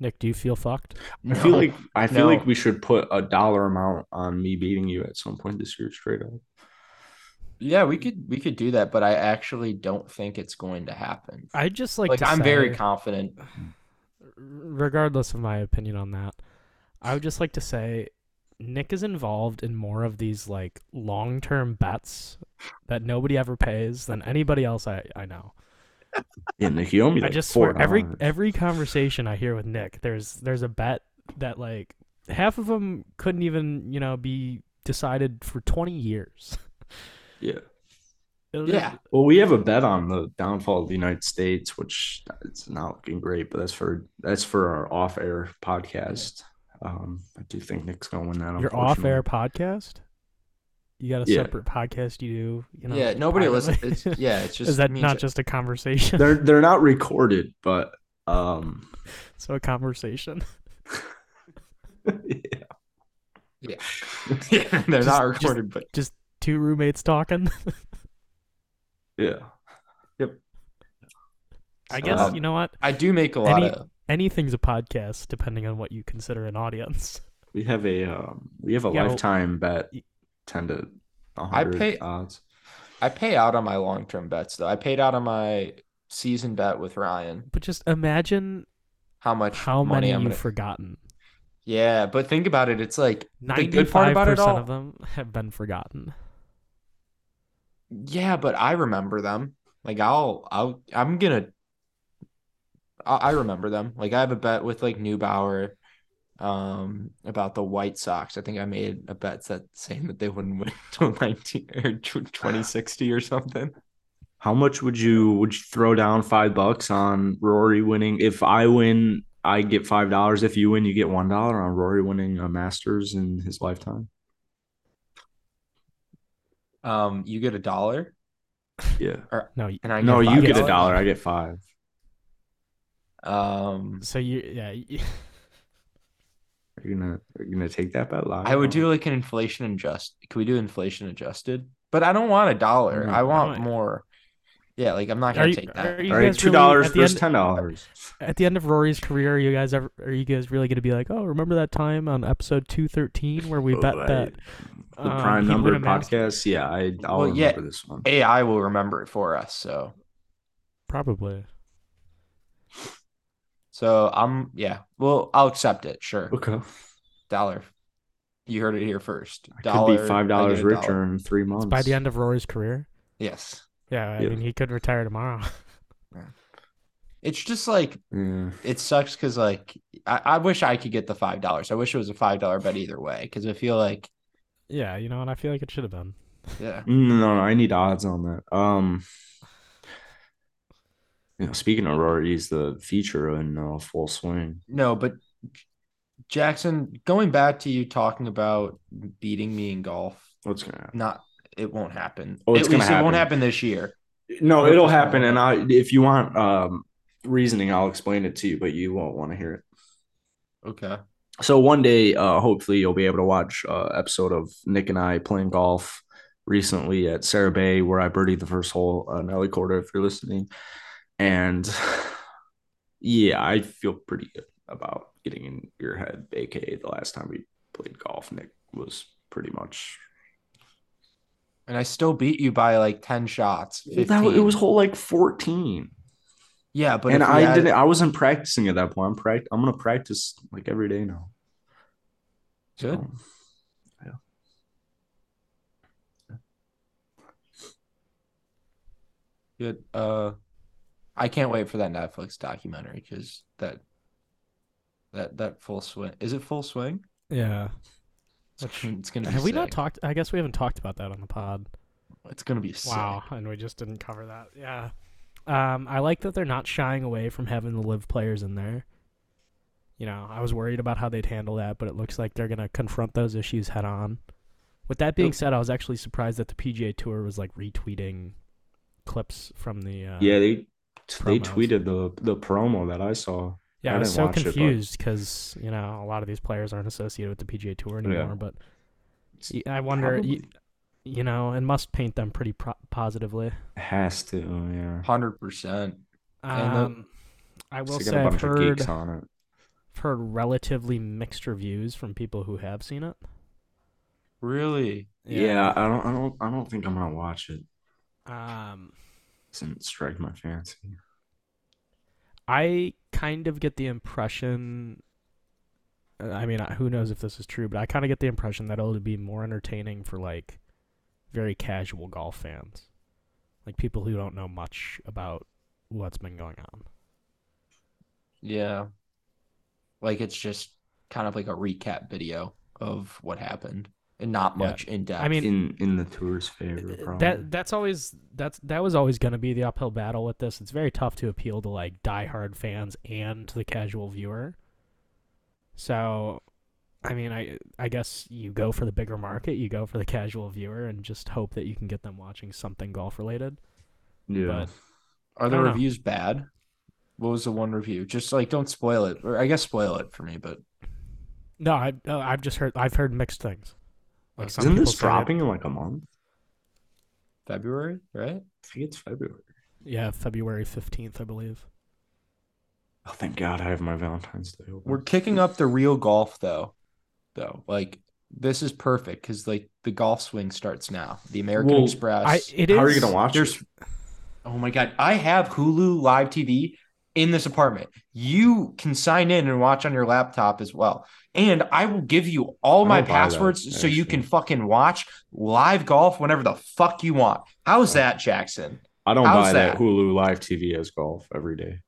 Speaker 2: Nick, do you feel fucked?
Speaker 1: I feel
Speaker 3: No.
Speaker 1: like I feel like
Speaker 3: No.
Speaker 1: we should put a dollar amount on me beating you at some point this year straight up.
Speaker 3: Yeah, we could we could do that, but I actually don't think it's going to happen.
Speaker 2: I just like.
Speaker 3: Like,
Speaker 2: to
Speaker 3: I'm very
Speaker 2: say-
Speaker 3: confident.
Speaker 2: regardless of my opinion on that, I would just like to say Nick is involved in more of these like long term bets that nobody ever pays than anybody else I, I know.
Speaker 1: Yeah, Nick, you owe me
Speaker 2: I
Speaker 1: like
Speaker 2: just
Speaker 1: four
Speaker 2: swear every
Speaker 1: dollars.
Speaker 2: every conversation I hear with Nick, there's there's a bet that like half of them couldn't even you know be decided for twenty years.
Speaker 1: yeah.
Speaker 2: It'll just-
Speaker 3: Yeah.
Speaker 1: Well, we have a bet on the downfall of the United States, which uh, it's not looking great, but that's for that's for our off air podcast. Um, I do think Nick's gonna win that.
Speaker 2: your off air
Speaker 1: unfortunately.
Speaker 2: podcast. You got a
Speaker 1: Yeah.
Speaker 2: separate podcast you do. You know,
Speaker 3: yeah, nobody
Speaker 2: privately?
Speaker 3: listens. It's, yeah, it's just
Speaker 2: is that
Speaker 3: me and
Speaker 2: not
Speaker 3: Ja-
Speaker 2: just a conversation?
Speaker 1: They're they're not recorded, but um,
Speaker 2: So a conversation.
Speaker 1: yeah.
Speaker 3: Yeah. yeah, they're
Speaker 2: Just-
Speaker 3: not
Speaker 2: just-
Speaker 3: recorded, but
Speaker 2: Two roommates talking.
Speaker 1: yeah.
Speaker 2: I
Speaker 1: So,
Speaker 2: guess
Speaker 1: um,
Speaker 2: you know what?
Speaker 3: I do make a lot
Speaker 2: Any-
Speaker 3: of.
Speaker 2: Anything's a podcast depending on what you consider an audience.
Speaker 1: We have a um, we have a
Speaker 2: Yeah, well-
Speaker 1: lifetime bet ten to
Speaker 3: I
Speaker 1: hundred
Speaker 3: pay-
Speaker 1: odds.
Speaker 3: I pay out on my long term bets though. I paid out on my season bet with Ryan.
Speaker 2: But just imagine
Speaker 3: How much?
Speaker 2: how
Speaker 3: money
Speaker 2: many
Speaker 3: I'm
Speaker 2: you've
Speaker 3: gonna?
Speaker 2: forgotten.
Speaker 3: Yeah, but think about it. It's like the good part
Speaker 2: Ninety-five
Speaker 3: about it
Speaker 2: percent
Speaker 3: all.
Speaker 2: of them have been forgotten.
Speaker 3: Yeah, but I remember them. Like I'll, I'll, I'm gonna. I, I remember them. Like I have a bet with like Neubauer um about the White Sox. I think I made a bet that saying that they wouldn't win till 19 or tw- 2060 or something.
Speaker 1: How much would you would you throw down five bucks on Rory winning? If I win, I get five dollars. If you win, you get one dollar on Rory winning a Masters in his lifetime.
Speaker 3: Um you get a dollar
Speaker 1: Yeah.
Speaker 2: No, y-
Speaker 3: and I
Speaker 1: No,
Speaker 3: five
Speaker 1: you get a
Speaker 3: dollars?
Speaker 1: dollar. I get five.
Speaker 3: Um
Speaker 2: so you yeah, y-
Speaker 1: Are you gonna are you gonna take that bet live?
Speaker 3: I would do like an inflation adjust. Could we do inflation adjusted? But I don't want a dollar.
Speaker 1: No,
Speaker 3: I want
Speaker 2: I-
Speaker 3: more. Yeah, like I'm not
Speaker 2: are
Speaker 3: gonna
Speaker 2: you,
Speaker 3: take that.
Speaker 2: are you
Speaker 1: All right,
Speaker 2: guys
Speaker 1: two
Speaker 2: really-
Speaker 1: dollars
Speaker 2: at the
Speaker 1: versus
Speaker 2: end-
Speaker 1: ten dollars.
Speaker 2: at the end of Rory's career, are you guys ever are you guys really gonna be like, oh, remember that time on episode two thirteen where
Speaker 1: Oh,
Speaker 2: we bet that
Speaker 1: the
Speaker 2: um,
Speaker 1: prime
Speaker 2: he'd win
Speaker 1: number
Speaker 2: a Masters?
Speaker 1: podcast. Yeah, I I'll
Speaker 3: Well,
Speaker 1: remember
Speaker 3: yeah.
Speaker 1: this one.
Speaker 3: AI will remember it for us. So
Speaker 2: Probably.
Speaker 3: so I'm yeah. Well, I'll accept it. Sure.
Speaker 1: Okay,
Speaker 3: Dollar. You heard it here first.
Speaker 1: I
Speaker 3: Dollar.
Speaker 1: could be
Speaker 3: I
Speaker 1: five
Speaker 3: get
Speaker 1: dollars
Speaker 3: a
Speaker 1: richer
Speaker 3: dollar.
Speaker 1: in three months.
Speaker 2: By the end of Rory's career.
Speaker 3: Yes.
Speaker 2: Yeah, I
Speaker 1: Yeah.
Speaker 2: mean he could retire tomorrow.
Speaker 3: It's just like
Speaker 1: yeah.
Speaker 3: it sucks because like I, I wish I could get the five dollars. I wish it was a five dollar bet either way because I feel like
Speaker 2: yeah, you know, and I feel like it should have been.
Speaker 3: yeah.
Speaker 1: No, Mm, no, I need odds on that. Um, you know, speaking of Rory, he's the feature in uh, full swing.
Speaker 3: No, but J- Jackson, going back to you talking about beating me in golf,
Speaker 1: What's gonna happen?
Speaker 3: not it won't happen.
Speaker 1: Oh, it's
Speaker 3: At
Speaker 1: gonna
Speaker 3: least it
Speaker 1: happen.
Speaker 3: won't happen this year.
Speaker 1: No,
Speaker 3: What
Speaker 1: it'll
Speaker 3: was gonna
Speaker 1: happen, and I if you want um reasoning, I'll explain it to you, but you won't want to hear it.
Speaker 3: Okay.
Speaker 1: so one day uh, hopefully you'll be able to watch uh, episode of nick and i playing golf recently at sarah bay where i birdied the first hole uh, nelly quarter if you're listening and yeah i feel pretty good about getting in your head aka the last time we played golf nick was pretty much
Speaker 3: And I still beat you by like 10 shots. 15.
Speaker 1: that, it was whole like 14
Speaker 3: yeah, but
Speaker 1: and
Speaker 3: if we
Speaker 1: i
Speaker 3: had-
Speaker 1: didn't i wasn't practicing at that point i'm pract- i'm gonna practice like every day now Um,
Speaker 3: Good.
Speaker 1: So,
Speaker 3: Good. Uh, I can't wait for that Netflix documentary because that that that full swing is it full swing?
Speaker 2: Yeah.
Speaker 3: It's gonna, it's gonna be
Speaker 2: Have we not
Speaker 3: sick.
Speaker 2: talked I guess we haven't talked about that on the pod.
Speaker 3: It's gonna be sick.
Speaker 2: Wow, and we just didn't cover that. Yeah. Um, I like that they're not shying away from having the live players in there. You know, I was worried about how they'd handle that, but it looks like they're gonna confront those issues head on. With that being
Speaker 3: Yep.
Speaker 2: said, I was actually surprised that the PGA Tour was like retweeting clips from the. Uh,
Speaker 1: yeah they they
Speaker 2: Promos.
Speaker 1: tweeted the the promo that i saw
Speaker 2: yeah. I,
Speaker 1: I didn't
Speaker 2: was so
Speaker 1: watch it, but-
Speaker 2: confused because you know a lot of these players aren't associated with the PGA Tour
Speaker 1: Yeah.
Speaker 2: anymore, but y- I wonder, y-
Speaker 1: Probably.
Speaker 2: you know, and must paint them pretty pro- positively.
Speaker 1: Has to, oh, yeah.
Speaker 3: Hundred percent. And the-
Speaker 2: Um, I will
Speaker 1: They uh, got
Speaker 2: say
Speaker 1: a
Speaker 2: I've
Speaker 1: bunch of
Speaker 2: heard
Speaker 1: geeks on it.
Speaker 2: I've heard relatively mixed reviews from people who have seen it.
Speaker 3: Really?
Speaker 1: Yeah. I don't, I don't, I don't think I'm gonna watch it.
Speaker 2: Um,
Speaker 1: Doesn't strike my fancy.
Speaker 2: I kind of get the impression. uh, I mean, uh, who knows if this is true, but I kind of get the impression that it'll be more entertaining for like very casual golf fans, like people who don't know much about what's been going on.
Speaker 3: Yeah. Like it's just kind of like a recap video of what happened and not
Speaker 2: Yeah.
Speaker 3: much in depth.
Speaker 2: I mean,
Speaker 1: In in the tour's favor,
Speaker 2: Uh,
Speaker 1: probably.
Speaker 2: that that's always that's that was always going to be the uphill battle with this. It's very tough to appeal to like diehard fans and to the casual viewer. So, I mean, I I guess you go for the bigger market, you go for the casual viewer, and just hope that you can get them watching something golf related.
Speaker 1: yeah.
Speaker 2: but-
Speaker 3: are the
Speaker 2: I don't know.
Speaker 3: reviews bad? What was the one review? Just like don't spoil it, or I guess spoil it for me. But
Speaker 2: No, I uh, I've just heard I've heard mixed things. Like some
Speaker 1: Isn't
Speaker 2: people
Speaker 1: this
Speaker 2: say it-
Speaker 1: dropping in like a month?
Speaker 3: February, right?
Speaker 1: I think it's February.
Speaker 2: Yeah, February fifteenth, I believe.
Speaker 1: Oh, thank God I have my Valentine's Day. Open.
Speaker 3: We're kicking up the real golf though, though. Like this is perfect because like the golf swing starts now. The American
Speaker 1: Well,
Speaker 3: Express.
Speaker 2: I it is.
Speaker 1: How are you gonna watch
Speaker 3: There's-
Speaker 1: it?
Speaker 3: Oh my god, I have Hulu Live TV in this apartment. You can sign in and watch on your laptop as well. And I will give you all
Speaker 1: I
Speaker 3: my
Speaker 1: don't buy that,
Speaker 3: passwords so you can
Speaker 1: actually.
Speaker 3: fucking watch live golf whenever the fuck you want. How's that, Jackson?
Speaker 1: I don't
Speaker 3: How's
Speaker 1: buy that?
Speaker 3: that?
Speaker 1: Hulu live TV as golf every day.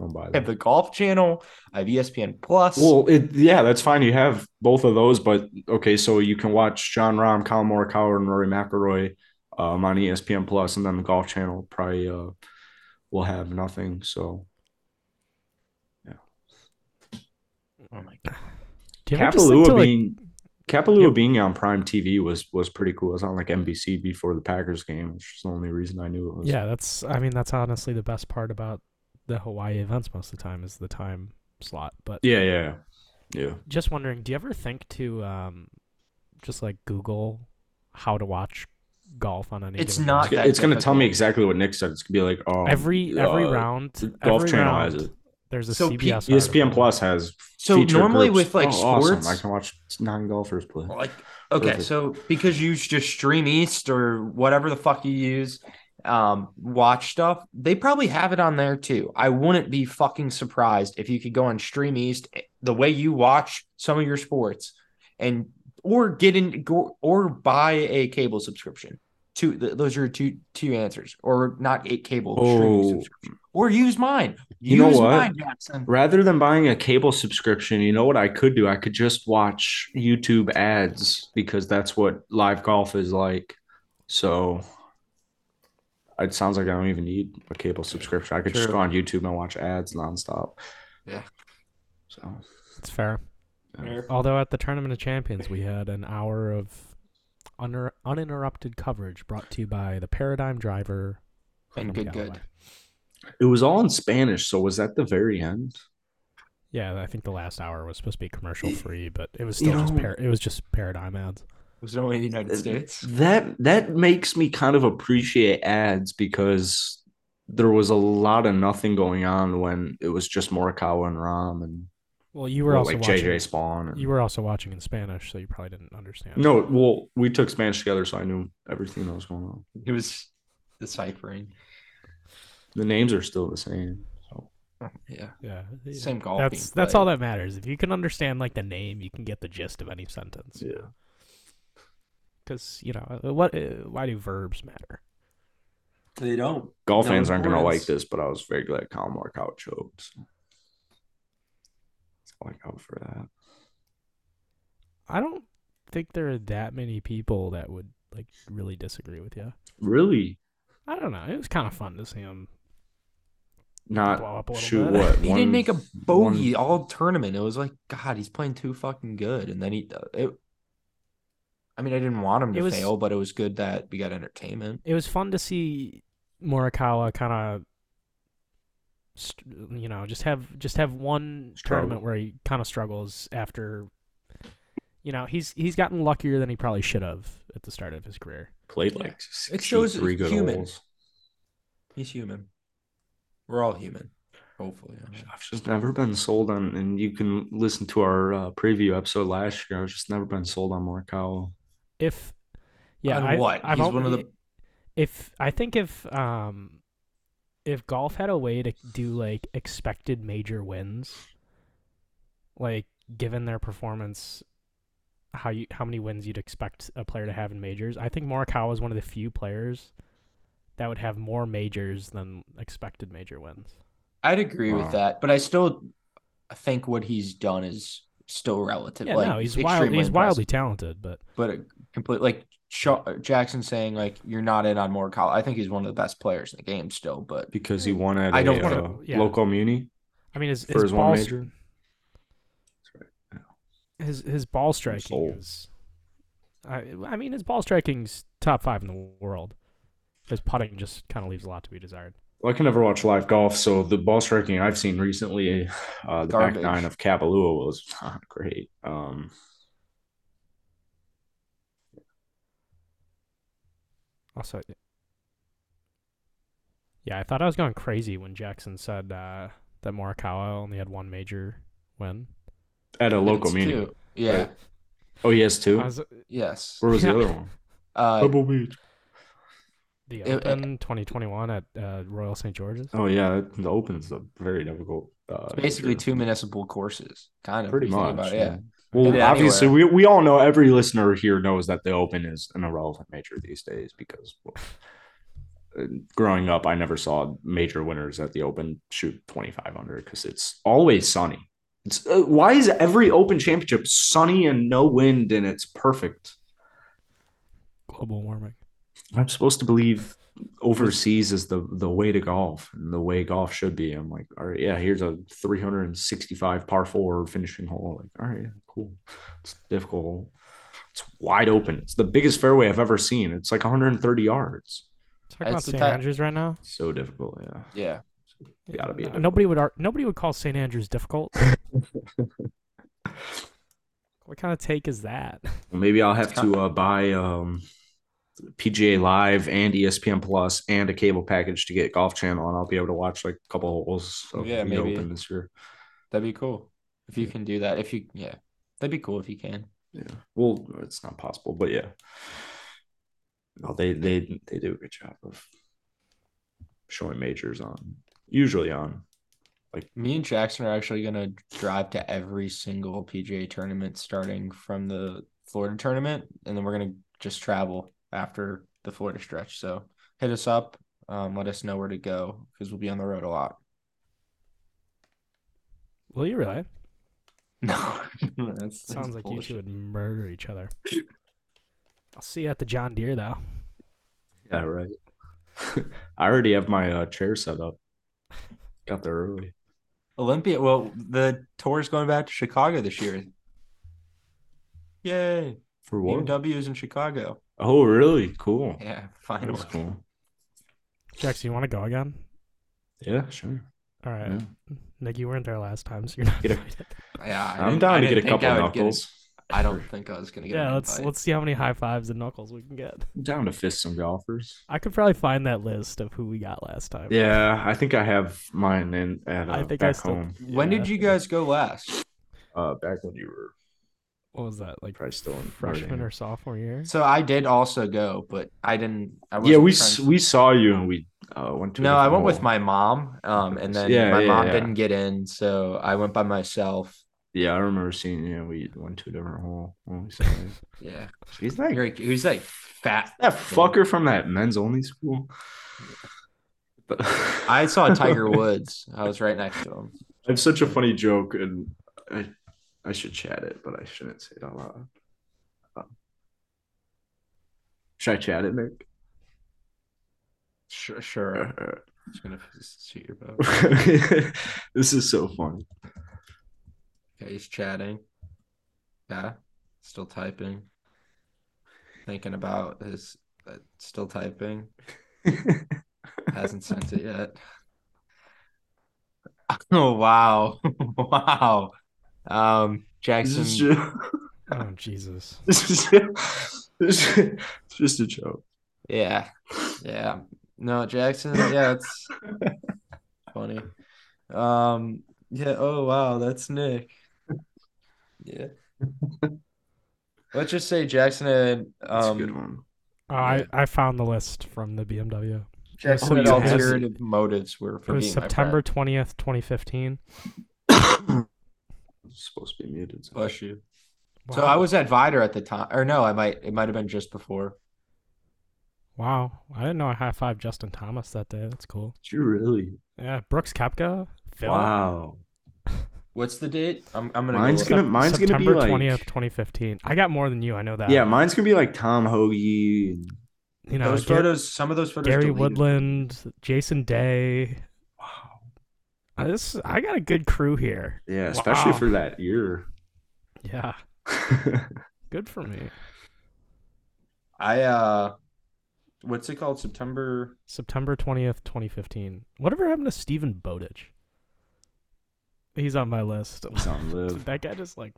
Speaker 1: I'll buy
Speaker 3: I have
Speaker 1: that.
Speaker 3: the Golf Channel. I have E ESPN Plus.
Speaker 1: Well, it, yeah, that's fine. You have both of those, but okay, so you can watch John Rahm, Colin Morikawa, and Rory McIlroy um, on ESPN Plus, and then the Golf Channel probably uh, will have nothing. So
Speaker 3: oh my god,
Speaker 2: Do you ever just think
Speaker 1: Kapalua
Speaker 2: to, like-
Speaker 1: being Kapalua
Speaker 2: Yep.
Speaker 1: being on Prime TV was was pretty cool. It was on like NBC before the Packers game, which is the only reason I knew it was.
Speaker 2: yeah, that's. I mean, that's honestly the best part about the Hawaii events most of the time is the time slot. But
Speaker 1: yeah, yeah, yeah.
Speaker 2: just wondering, do you ever think to um, just like Google how to watch golf on any?
Speaker 3: It's
Speaker 2: given
Speaker 3: not
Speaker 2: day?
Speaker 1: It's,
Speaker 3: that
Speaker 1: it's gonna tell
Speaker 3: difficult.
Speaker 1: me exactly what Nick said. It's gonna be like, oh,
Speaker 2: every every
Speaker 1: uh,
Speaker 2: round.
Speaker 1: Golf
Speaker 2: every
Speaker 1: Channel
Speaker 2: round,
Speaker 1: has it. E
Speaker 2: There's a
Speaker 3: So P-
Speaker 2: CBS.
Speaker 1: ESPN
Speaker 2: article.
Speaker 1: Plus has.
Speaker 3: So
Speaker 1: featured
Speaker 3: normally
Speaker 1: groups.
Speaker 3: with, like,
Speaker 1: Oh, awesome.
Speaker 3: sports-
Speaker 1: I can watch non golfers play.
Speaker 3: like okay,
Speaker 1: Perfect.
Speaker 3: so because you just stream East or whatever the fuck you use, um, watch stuff. They probably have it on there too. I wouldn't be fucking surprised if you could go on Stream East eh, the way you watch some of your sports, and or get in go, or buy a cable subscription. Two th- those are your two two answers, or not a cable streaming
Speaker 1: Oh.
Speaker 3: subscription, or use mine.
Speaker 1: You know
Speaker 3: Use
Speaker 1: what?
Speaker 3: mine, Jackson.
Speaker 1: Rather than buying a cable subscription, you know what I could do? I could just watch YouTube ads because that's what live golf is like. So it sounds like I don't even need a cable subscription. I could just
Speaker 3: True.
Speaker 1: go on YouTube and watch ads nonstop.
Speaker 3: Yeah.
Speaker 1: So
Speaker 2: It's fair.
Speaker 1: yeah.
Speaker 2: Although at the Tournament of Champions, we had an hour of uninter- uninterrupted coverage brought to you by the Paradigm Driver
Speaker 3: And
Speaker 2: Wyndham
Speaker 3: good, good.
Speaker 2: Galloway.
Speaker 1: it was all in Spanish. So was that the very end?
Speaker 2: Yeah, I think the last hour was supposed to be commercial free, but it was
Speaker 1: You
Speaker 2: still just
Speaker 1: know-
Speaker 2: par- it was just Paradigm ads.
Speaker 3: Was it only in the United States?
Speaker 1: That that makes me kind of appreciate ads because there was a lot of nothing going on when it was just Morikawa and Rom and
Speaker 2: Well, you were
Speaker 1: well,
Speaker 2: also
Speaker 1: like
Speaker 2: watching.
Speaker 1: JJ Spawn. and-
Speaker 2: You were also watching in Spanish, so you probably didn't understand.
Speaker 1: No, well, we took Spanish together, so I knew everything that was going on.
Speaker 3: It was deciphering.
Speaker 1: The names are still the same. So
Speaker 3: Yeah.
Speaker 2: Yeah. yeah.
Speaker 3: Same golf.
Speaker 2: That's that's all that matters. If you can understand like the name, you can get the gist of any sentence.
Speaker 1: Yeah.
Speaker 2: Because you know uh, what? Uh, why do verbs matter?
Speaker 3: they don't.
Speaker 1: golf
Speaker 3: No
Speaker 1: fans aren't going to like
Speaker 3: importance.
Speaker 1: this, but I was very glad Kyle Markout choked. So. That's all I got for that.
Speaker 2: I don't think there are that many people that would like really disagree with you.
Speaker 1: Really,
Speaker 2: I don't know. It was kind of fun to see him blow
Speaker 1: not
Speaker 2: up a little
Speaker 1: shoot
Speaker 2: bit.
Speaker 1: what?
Speaker 3: He didn't make a
Speaker 1: one-
Speaker 3: bogey all tournament. It was like, God, he's playing too fucking good. And then he, uh, it, I mean, I didn't want him to
Speaker 2: It was-
Speaker 3: fail, but it was good that we got entertainment.
Speaker 2: it was fun to see Morikawa kind of you know just have just have one
Speaker 1: Struggle.
Speaker 2: tournament where he kind of struggles after you know he's he's gotten luckier than he probably should have at the start of his career.
Speaker 1: played
Speaker 3: Yeah.
Speaker 1: like six,
Speaker 3: It shows
Speaker 1: three good
Speaker 3: human.
Speaker 1: holes.
Speaker 3: He's human. We're all human. Hopefully. I mean.
Speaker 1: I've just never been sold on, and you can listen to our uh, preview episode last year. I've just never been sold on Morikawa.
Speaker 2: If yeah,
Speaker 3: On
Speaker 2: I,
Speaker 3: what?
Speaker 2: I've
Speaker 3: He's
Speaker 2: only-
Speaker 3: one of the-
Speaker 2: If I think if um if golf had a way to do like expected major wins, like given their performance, how you how many wins you'd expect a player to have in majors, I think Morikawa is one of the few players that would have more majors than expected major wins.
Speaker 3: I'd agree
Speaker 1: Wow.
Speaker 3: with that, but I still think what he's done is still relative.
Speaker 2: Yeah,
Speaker 3: like,
Speaker 2: no, he's wild,
Speaker 3: extremely
Speaker 2: he's
Speaker 3: impressive.
Speaker 2: wildly talented, but
Speaker 3: but it complete like Sha- Jackson saying like you're not in on Morikawa. I think he's one of the best players in the game still, but
Speaker 1: because he won at
Speaker 3: I
Speaker 1: a,
Speaker 3: don't
Speaker 1: uh,
Speaker 2: wanna- yeah.
Speaker 1: local muni
Speaker 2: I mean his
Speaker 1: for
Speaker 2: his,
Speaker 1: his
Speaker 2: ball,
Speaker 1: one
Speaker 2: s-
Speaker 1: major.
Speaker 2: his his ball striking
Speaker 1: sold.
Speaker 2: is I, I mean his ball striking's top 5 in the world. His putting just kind of leaves a lot to be desired.
Speaker 1: Well, I can never watch live golf, so the ball striking I've seen recently, uh, the back
Speaker 3: Garbage.
Speaker 1: nine of Kapalua was not great. Um,
Speaker 2: Also, yeah, I thought I was going crazy when Jackson said uh, that Morikawa only had one major win.
Speaker 1: at a local
Speaker 3: it's
Speaker 1: muni.
Speaker 3: two. Yeah.
Speaker 1: Right. Oh, he has two.
Speaker 2: I was-
Speaker 3: Yes.
Speaker 1: Where was
Speaker 2: Yeah.
Speaker 1: the other one?
Speaker 3: Uh,
Speaker 1: Beach.
Speaker 2: the
Speaker 3: It- it-
Speaker 2: Open 2021 at uh, Royal St George's.
Speaker 1: Oh yeah, the Open's a very difficult. Uh,
Speaker 3: it's basically
Speaker 1: major.
Speaker 3: two municipal courses, kind of.
Speaker 1: Pretty
Speaker 3: if you think
Speaker 1: much.
Speaker 3: about it,
Speaker 1: yeah.
Speaker 3: yeah.
Speaker 1: Well,
Speaker 3: Yeah,
Speaker 1: obviously, we, we all know every listener here knows that the Open is an irrelevant major these days because well, uh, growing up, I never saw major winners at the Open shoot 25 under because it's always sunny. It's, uh, why is every Open championship sunny and no wind and it's perfect?
Speaker 2: Global warming.
Speaker 1: I'm supposed to believe overseas is the the way to golf and the way golf should be. I'm like, all right, yeah, here's a 365 par four finishing hole. Like, all right, yeah, cool. It's difficult. It's wide open. It's the biggest fairway I've ever seen. It's like 130 yards.
Speaker 2: Talking about
Speaker 3: That's the
Speaker 2: St.
Speaker 3: type-
Speaker 2: Andrews right now.
Speaker 1: So difficult. Yeah.
Speaker 3: Yeah.
Speaker 1: It's gotta be a
Speaker 2: No- Nobody would ar- nobody would call St. Andrews difficult. what kind of take is that?
Speaker 1: Well, maybe I'll have to uh, buy um, PGA Live and E ESPN Plus and a cable package to get Golf Channel, and I'll be able to watch like a couple holes. Of
Speaker 3: Yeah,
Speaker 1: the
Speaker 3: maybe.
Speaker 1: Open this year.
Speaker 3: That'd be cool. If you can do that. If you yeah. That'd be cool if you can.
Speaker 1: Yeah. Well, it's not possible, but yeah. No, they they they do a good job of showing majors on usually on.
Speaker 3: Me and Jackson are actually gonna drive to every single PGA tournament starting from the Florida tournament, and then we're gonna just travel after the Florida stretch. So hit us up, um, let us know where to go because we'll be on the road a lot.
Speaker 2: Will you really?
Speaker 3: No, that's,
Speaker 2: Sounds like you two
Speaker 3: bullshit.
Speaker 2: would murder each other. I'll see you at the John Deere though.
Speaker 1: Yeah, right. I already have my uh, chair set up. Got there early.
Speaker 3: Olympia. Well, the tour's going back to Chicago this year. Yay!
Speaker 1: For what?
Speaker 3: BMW is in Chicago.
Speaker 1: Oh, really? Cool.
Speaker 3: Yeah,
Speaker 1: That's
Speaker 3: finally.
Speaker 1: cool.
Speaker 2: Jackson, you want to go again?
Speaker 1: Yeah, sure.
Speaker 2: All right,
Speaker 1: Yeah.
Speaker 2: Nick, you weren't there last time, so you're not.
Speaker 1: Get a-
Speaker 2: invited.
Speaker 3: Yeah, I
Speaker 1: I'm
Speaker 3: didn't-
Speaker 1: down
Speaker 3: I
Speaker 1: to get a
Speaker 3: didn't think
Speaker 1: couple
Speaker 3: I would get-
Speaker 1: knuckles.
Speaker 3: I don't think I was gonna get.
Speaker 2: yeah,
Speaker 3: an
Speaker 2: let's
Speaker 3: invite.
Speaker 2: let's see how many high fives and knuckles we can get.
Speaker 1: I'm down to fist some golfers.
Speaker 2: I could probably find that list of who we got last time.
Speaker 1: Yeah, I think I have mine in at uh,
Speaker 2: I think I
Speaker 1: back
Speaker 2: still.
Speaker 1: home.
Speaker 3: When
Speaker 2: yeah.
Speaker 3: did you guys go last?
Speaker 1: Uh, back when you were
Speaker 2: What was that like?
Speaker 1: probably still in
Speaker 2: Freshman or
Speaker 1: Rotterdam.
Speaker 2: sophomore year?
Speaker 3: So I did also go, but I didn't. I
Speaker 1: Yeah,
Speaker 3: wasn't
Speaker 1: we
Speaker 3: friends-
Speaker 1: s- we saw you and we uh, went to. a
Speaker 3: No, I
Speaker 1: different
Speaker 3: went with
Speaker 1: hole.
Speaker 3: my mom. Um, and then
Speaker 1: Yeah,
Speaker 3: my
Speaker 1: yeah,
Speaker 3: mom
Speaker 1: yeah.
Speaker 3: didn't get in, so I went by myself.
Speaker 1: Yeah, I remember seeing you. We went to a different hole. When we saw you.
Speaker 3: Yeah,
Speaker 1: She's like
Speaker 3: Great. who's like fat?
Speaker 1: that fucker from that men's only school. But
Speaker 3: I saw Tiger Woods. I was right next to him.
Speaker 1: I have such a funny joke, and I I should chat it, but I shouldn't say it out loud. Um, Should I chat it, Nick?
Speaker 3: Sure, sure. Just gonna shoot your bow.
Speaker 1: this is so funny.
Speaker 3: Okay, he's chatting. Yeah, still typing. Thinking about his. Uh, still typing. Hasn't sent it yet. Oh wow, wow. Um,
Speaker 1: This
Speaker 3: Jackson.
Speaker 1: is just,
Speaker 2: Oh Jesus!
Speaker 1: this is this is just a joke.
Speaker 3: Yeah, yeah. No, Jackson. Yeah, it's funny. Um. Yeah. Oh wow, that's Nick. Yeah. Let's just say Jackson had
Speaker 1: That's a
Speaker 3: um
Speaker 1: good one.
Speaker 2: Oh, I I found the list from the BMW.
Speaker 3: Jackson
Speaker 1: Oh,
Speaker 3: had
Speaker 1: you have it.
Speaker 3: alternative motives were
Speaker 2: It
Speaker 3: for
Speaker 2: was
Speaker 3: being my friend.
Speaker 2: September twentieth, twenty fifteen.
Speaker 1: It's supposed to be muted. so-
Speaker 3: Bless you. So I was at Vider at the time, or no, I might it might have been just before.
Speaker 2: Wow, I didn't know I high fived Justin Thomas that day. That's cool.
Speaker 1: Did you really?
Speaker 2: Yeah, Brooks Kepka. Phil.
Speaker 1: Wow.
Speaker 3: What's the date? I'm I'm gonna.
Speaker 1: Mine's
Speaker 3: go
Speaker 1: gonna-
Speaker 2: Sep-
Speaker 1: mine's gonna be
Speaker 2: September
Speaker 1: like-
Speaker 2: twentieth, twenty fifteen. I got more than you. I know that.
Speaker 1: Yeah, mine's gonna be like Tom Hoagie. and-
Speaker 2: you know,
Speaker 3: those
Speaker 2: Gar-
Speaker 3: photos. Some of those photos.
Speaker 2: Gary
Speaker 3: deleted.
Speaker 2: Woodland, Jason Day.
Speaker 1: Wow.
Speaker 2: I, this I got a good crew here.
Speaker 1: Yeah, especially
Speaker 2: Wow.
Speaker 1: for that year.
Speaker 2: Yeah, good for me.
Speaker 3: I uh, what's it called? September.
Speaker 2: September twentieth, twenty fifteen. Whatever happened to Stephen Bowditch? He's on my list.
Speaker 1: He's on live.
Speaker 2: that guy just like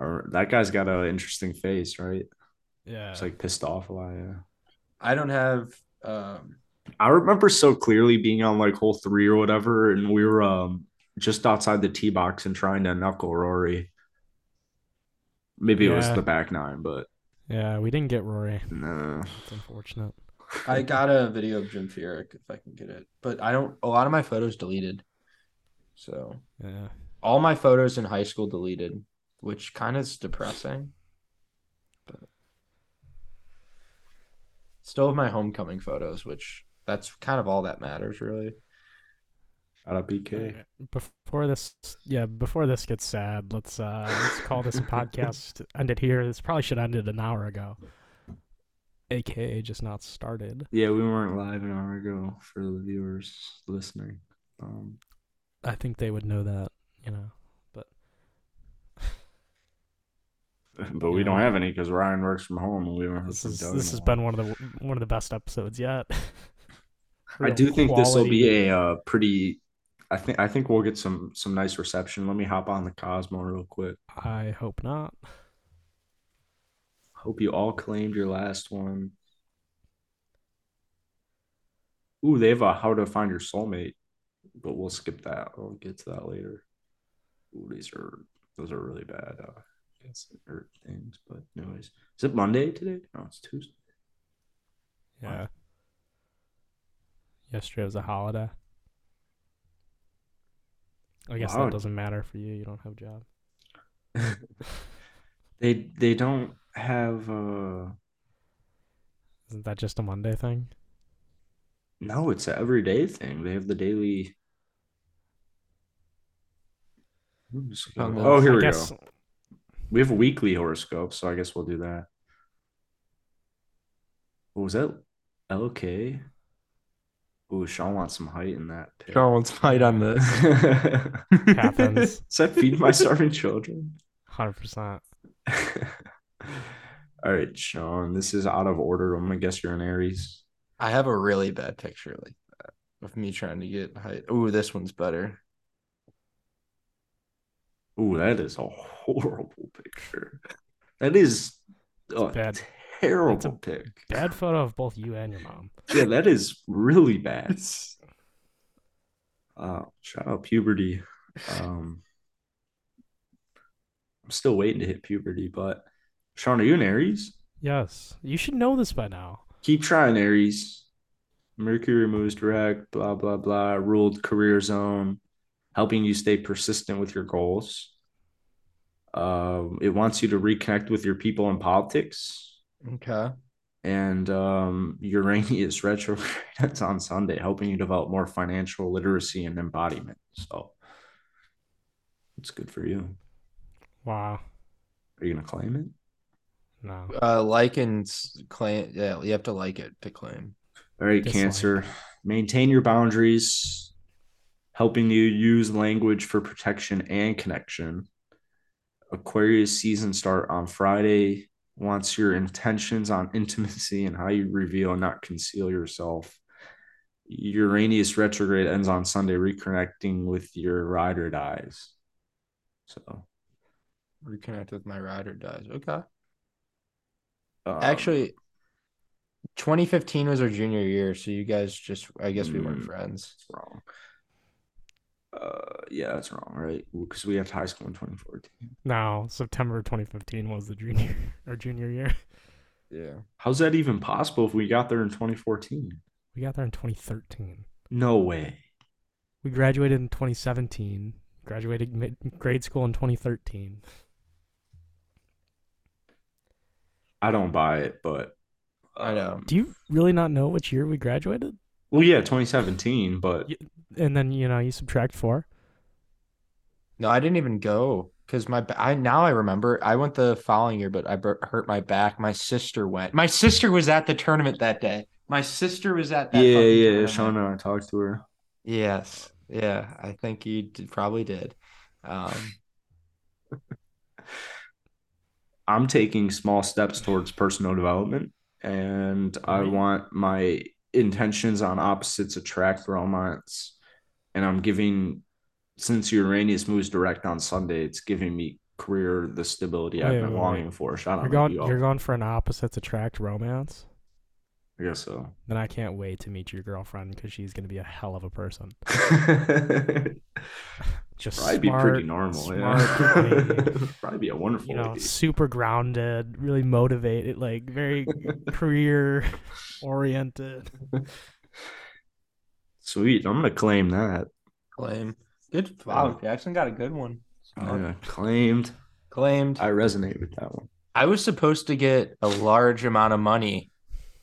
Speaker 1: Or that guy's got an interesting face, right?
Speaker 2: yeah.
Speaker 1: It's like pissed off a lot. Yeah.
Speaker 3: I don't have um.
Speaker 1: I remember so clearly being on like hole three or whatever, and we were um just outside the tee box and trying to knuckle Rory. Maybe it was
Speaker 2: Yeah.
Speaker 1: the back nine, but
Speaker 2: yeah, we didn't get Rory.
Speaker 1: no.
Speaker 2: It's unfortunate.
Speaker 3: I got a video of Jim Furyk if I can get it, but I don't. A lot of my photos deleted. So
Speaker 2: Yeah.
Speaker 3: all my photos in high school deleted, which kind of is depressing. But Still have my homecoming photos, which that's kind of all that matters, really.
Speaker 1: Shout out BK.
Speaker 2: Alright, Before this, yeah, before this gets sad, let's uh let's call this a podcast. End it here. This probably should have ended an hour ago, aka just not started.
Speaker 1: Yeah, we weren't live an hour ago for the viewers listening. Um,
Speaker 2: I think they would know that, you know.
Speaker 1: but we don't have any because Ryan works from home and we don't have
Speaker 2: This
Speaker 1: from
Speaker 2: is
Speaker 1: Doug
Speaker 2: this has
Speaker 1: anymore.
Speaker 2: been one of the one of the best episodes yet.
Speaker 1: I
Speaker 2: Real
Speaker 1: do think this will be
Speaker 2: quality.
Speaker 1: a uh, pretty. I think I think we'll get some some nice reception. Let me hop on the Cosmo real quick.
Speaker 2: I hope not.
Speaker 1: Hope you all claimed your last one. Ooh, they have a how to find your soulmate, but we'll skip that. We'll get to that later. Ooh, these are those are really bad. Uh, it's or things, but anyways, is it Monday today? No, it's Tuesday. Wow.
Speaker 2: Yeah. Yesterday was a holiday. I guess
Speaker 1: Wow.
Speaker 2: that doesn't matter for you. You don't have a job.
Speaker 1: They they don't have. uh
Speaker 2: Isn't that just a Monday thing?
Speaker 1: No, it's an everyday thing. They have the daily. I'm just gonna-
Speaker 3: Well,
Speaker 1: Oh, here
Speaker 2: I
Speaker 1: we
Speaker 2: guess
Speaker 1: go. We have a weekly horoscope, so I guess we'll do that. What was that? LK? Ooh, Sean wants some height in that pic.
Speaker 3: Sean wants fight on this.
Speaker 2: happens.
Speaker 1: Does that feed my starving children?
Speaker 2: Hundred percent.
Speaker 1: All right, Sean, this is out of order. I'm gonna guess you're an Aries.
Speaker 3: I have a really bad picture like that of me trying to get height. Ooh, this one's better.
Speaker 1: Ooh, that is a horrible picture. That is a
Speaker 2: bad.
Speaker 1: terrible pic.
Speaker 2: Bad photo of both you and your mom.
Speaker 1: Yeah, that is really bad. Uh, shout out puberty. Um, I'm still waiting to hit puberty, but Sean, are you an Aries?
Speaker 2: Yes, you should know this by now.
Speaker 1: Keep trying, Aries. Mercury moves direct, blah, blah, blah. Ruled career zone, helping you stay persistent with your goals. Um, it wants you to reconnect with your people in politics.
Speaker 3: Okay.
Speaker 1: and um, Uranus retrograde that's on Sunday, helping you develop more financial literacy and embodiment. So it's good for you.
Speaker 2: Wow.
Speaker 1: Are you gonna claim it?
Speaker 2: No.
Speaker 3: Uh, like and s- claim. Yeah, you have to like it to claim.
Speaker 1: All right,
Speaker 2: Dislike.
Speaker 1: Cancer, maintain your boundaries, helping you use language for protection and connection. Aquarius season start on Friday. Wants your intentions on intimacy and how you reveal and not conceal yourself. Uranus retrograde ends on Sunday, reconnecting with your ride or dies. So
Speaker 3: Reconnect with my rider dies. Okay.
Speaker 1: um,
Speaker 3: Actually, 2015 was our junior year, so you guys just I guess we weren't
Speaker 1: Mm.
Speaker 3: friends.
Speaker 1: that's wrong. Uh, yeah, that's wrong, right? Because we have high school in 2014.
Speaker 2: No. September 2015 was the junior or junior year.
Speaker 3: Yeah.
Speaker 1: How's that even possible if we got there in 2014?
Speaker 2: We got there in 2013.
Speaker 1: No way.
Speaker 2: We graduated in 2017. Graduated mid- grade school in 2013.
Speaker 1: I don't buy it, but Um,
Speaker 3: I know.
Speaker 2: Do you really not know which year we graduated?
Speaker 1: Well, yeah, 2017, but
Speaker 2: Yeah. And then you know you subtract four.
Speaker 3: No, I didn't even go because my ba- I now I remember I went the following year, but I bur- hurt my back. My sister went. My sister was at the tournament that day. My sister was at that.
Speaker 1: yeah,
Speaker 3: fucking
Speaker 1: yeah,
Speaker 3: tournament.
Speaker 1: Sean and I talked to her.
Speaker 3: Yes. Yeah, I think you did, probably did. Um,
Speaker 1: I'm taking small steps towards personal development, and I
Speaker 2: Right.
Speaker 1: want my intentions on opposites attract romance. And I'm giving, since Uranus moves direct on Sunday, it's giving me career the stability I've
Speaker 2: Wait,
Speaker 1: been
Speaker 2: wait,
Speaker 1: longing for. Shout
Speaker 2: You're
Speaker 1: out
Speaker 2: going.
Speaker 1: to you all.
Speaker 2: You're going for an opposites attract romance.
Speaker 1: I guess so.
Speaker 2: Then I can't wait to meet your girlfriend because she's gonna be a hell of a person. Just
Speaker 1: Probably
Speaker 2: smart,
Speaker 1: be pretty normal.
Speaker 2: smart
Speaker 1: Yeah.
Speaker 2: lady,
Speaker 1: Probably be a wonderful
Speaker 2: you know,
Speaker 1: lady.
Speaker 2: super grounded, really motivated, like very career oriented.
Speaker 1: Sweet. I'm gonna claim that.
Speaker 3: claim. Good. Wow, Jackson got a good one.
Speaker 1: Oh, Yeah, claimed.
Speaker 3: Claimed.
Speaker 1: I resonate with that one.
Speaker 3: I was supposed to get a large amount of money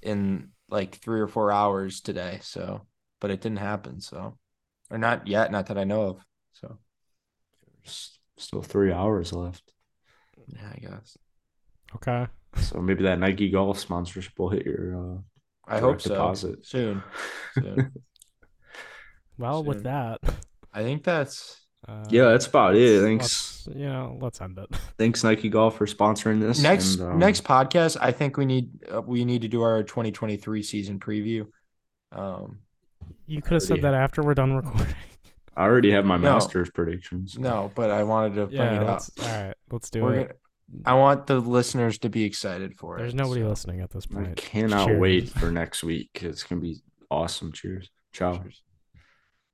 Speaker 3: in like three or four hours today. So, but it didn't happen. So, or not yet, not that I know of. So,
Speaker 1: There's still three hours left.
Speaker 3: yeah, I guess.
Speaker 2: Okay.
Speaker 1: So maybe that Nike golf sponsorship will hit your uh,
Speaker 3: I hope
Speaker 1: direct
Speaker 3: so.
Speaker 1: deposit
Speaker 3: Soon. Soon.
Speaker 2: Well, with
Speaker 3: Soon.
Speaker 2: that.
Speaker 3: I think that's
Speaker 2: Uh,
Speaker 1: yeah, that's about it. Thanks,
Speaker 2: Let's, you know, let's end it.
Speaker 1: thanks Nike golf for sponsoring this.
Speaker 3: next
Speaker 1: and, um,
Speaker 3: next podcast. I think we need uh, we need to do our 2023 season preview. Um,
Speaker 2: You could have said
Speaker 1: Alrighty.
Speaker 2: that after we're done recording.
Speaker 1: I already have my
Speaker 3: No.
Speaker 1: masters predictions.
Speaker 3: no, but I wanted to bring
Speaker 2: yeah.
Speaker 3: it up.
Speaker 2: Let's, all right. Let's do
Speaker 3: We're
Speaker 2: it.
Speaker 3: gonna, I want the listeners to be excited for
Speaker 2: There's
Speaker 3: it.
Speaker 2: nobody
Speaker 3: so-
Speaker 2: listening at this
Speaker 1: I
Speaker 2: point.
Speaker 1: cannot
Speaker 2: Cheers.
Speaker 1: wait for next week. It's gonna be awesome. Cheers. Ciao.
Speaker 2: Oh.
Speaker 3: Cheers.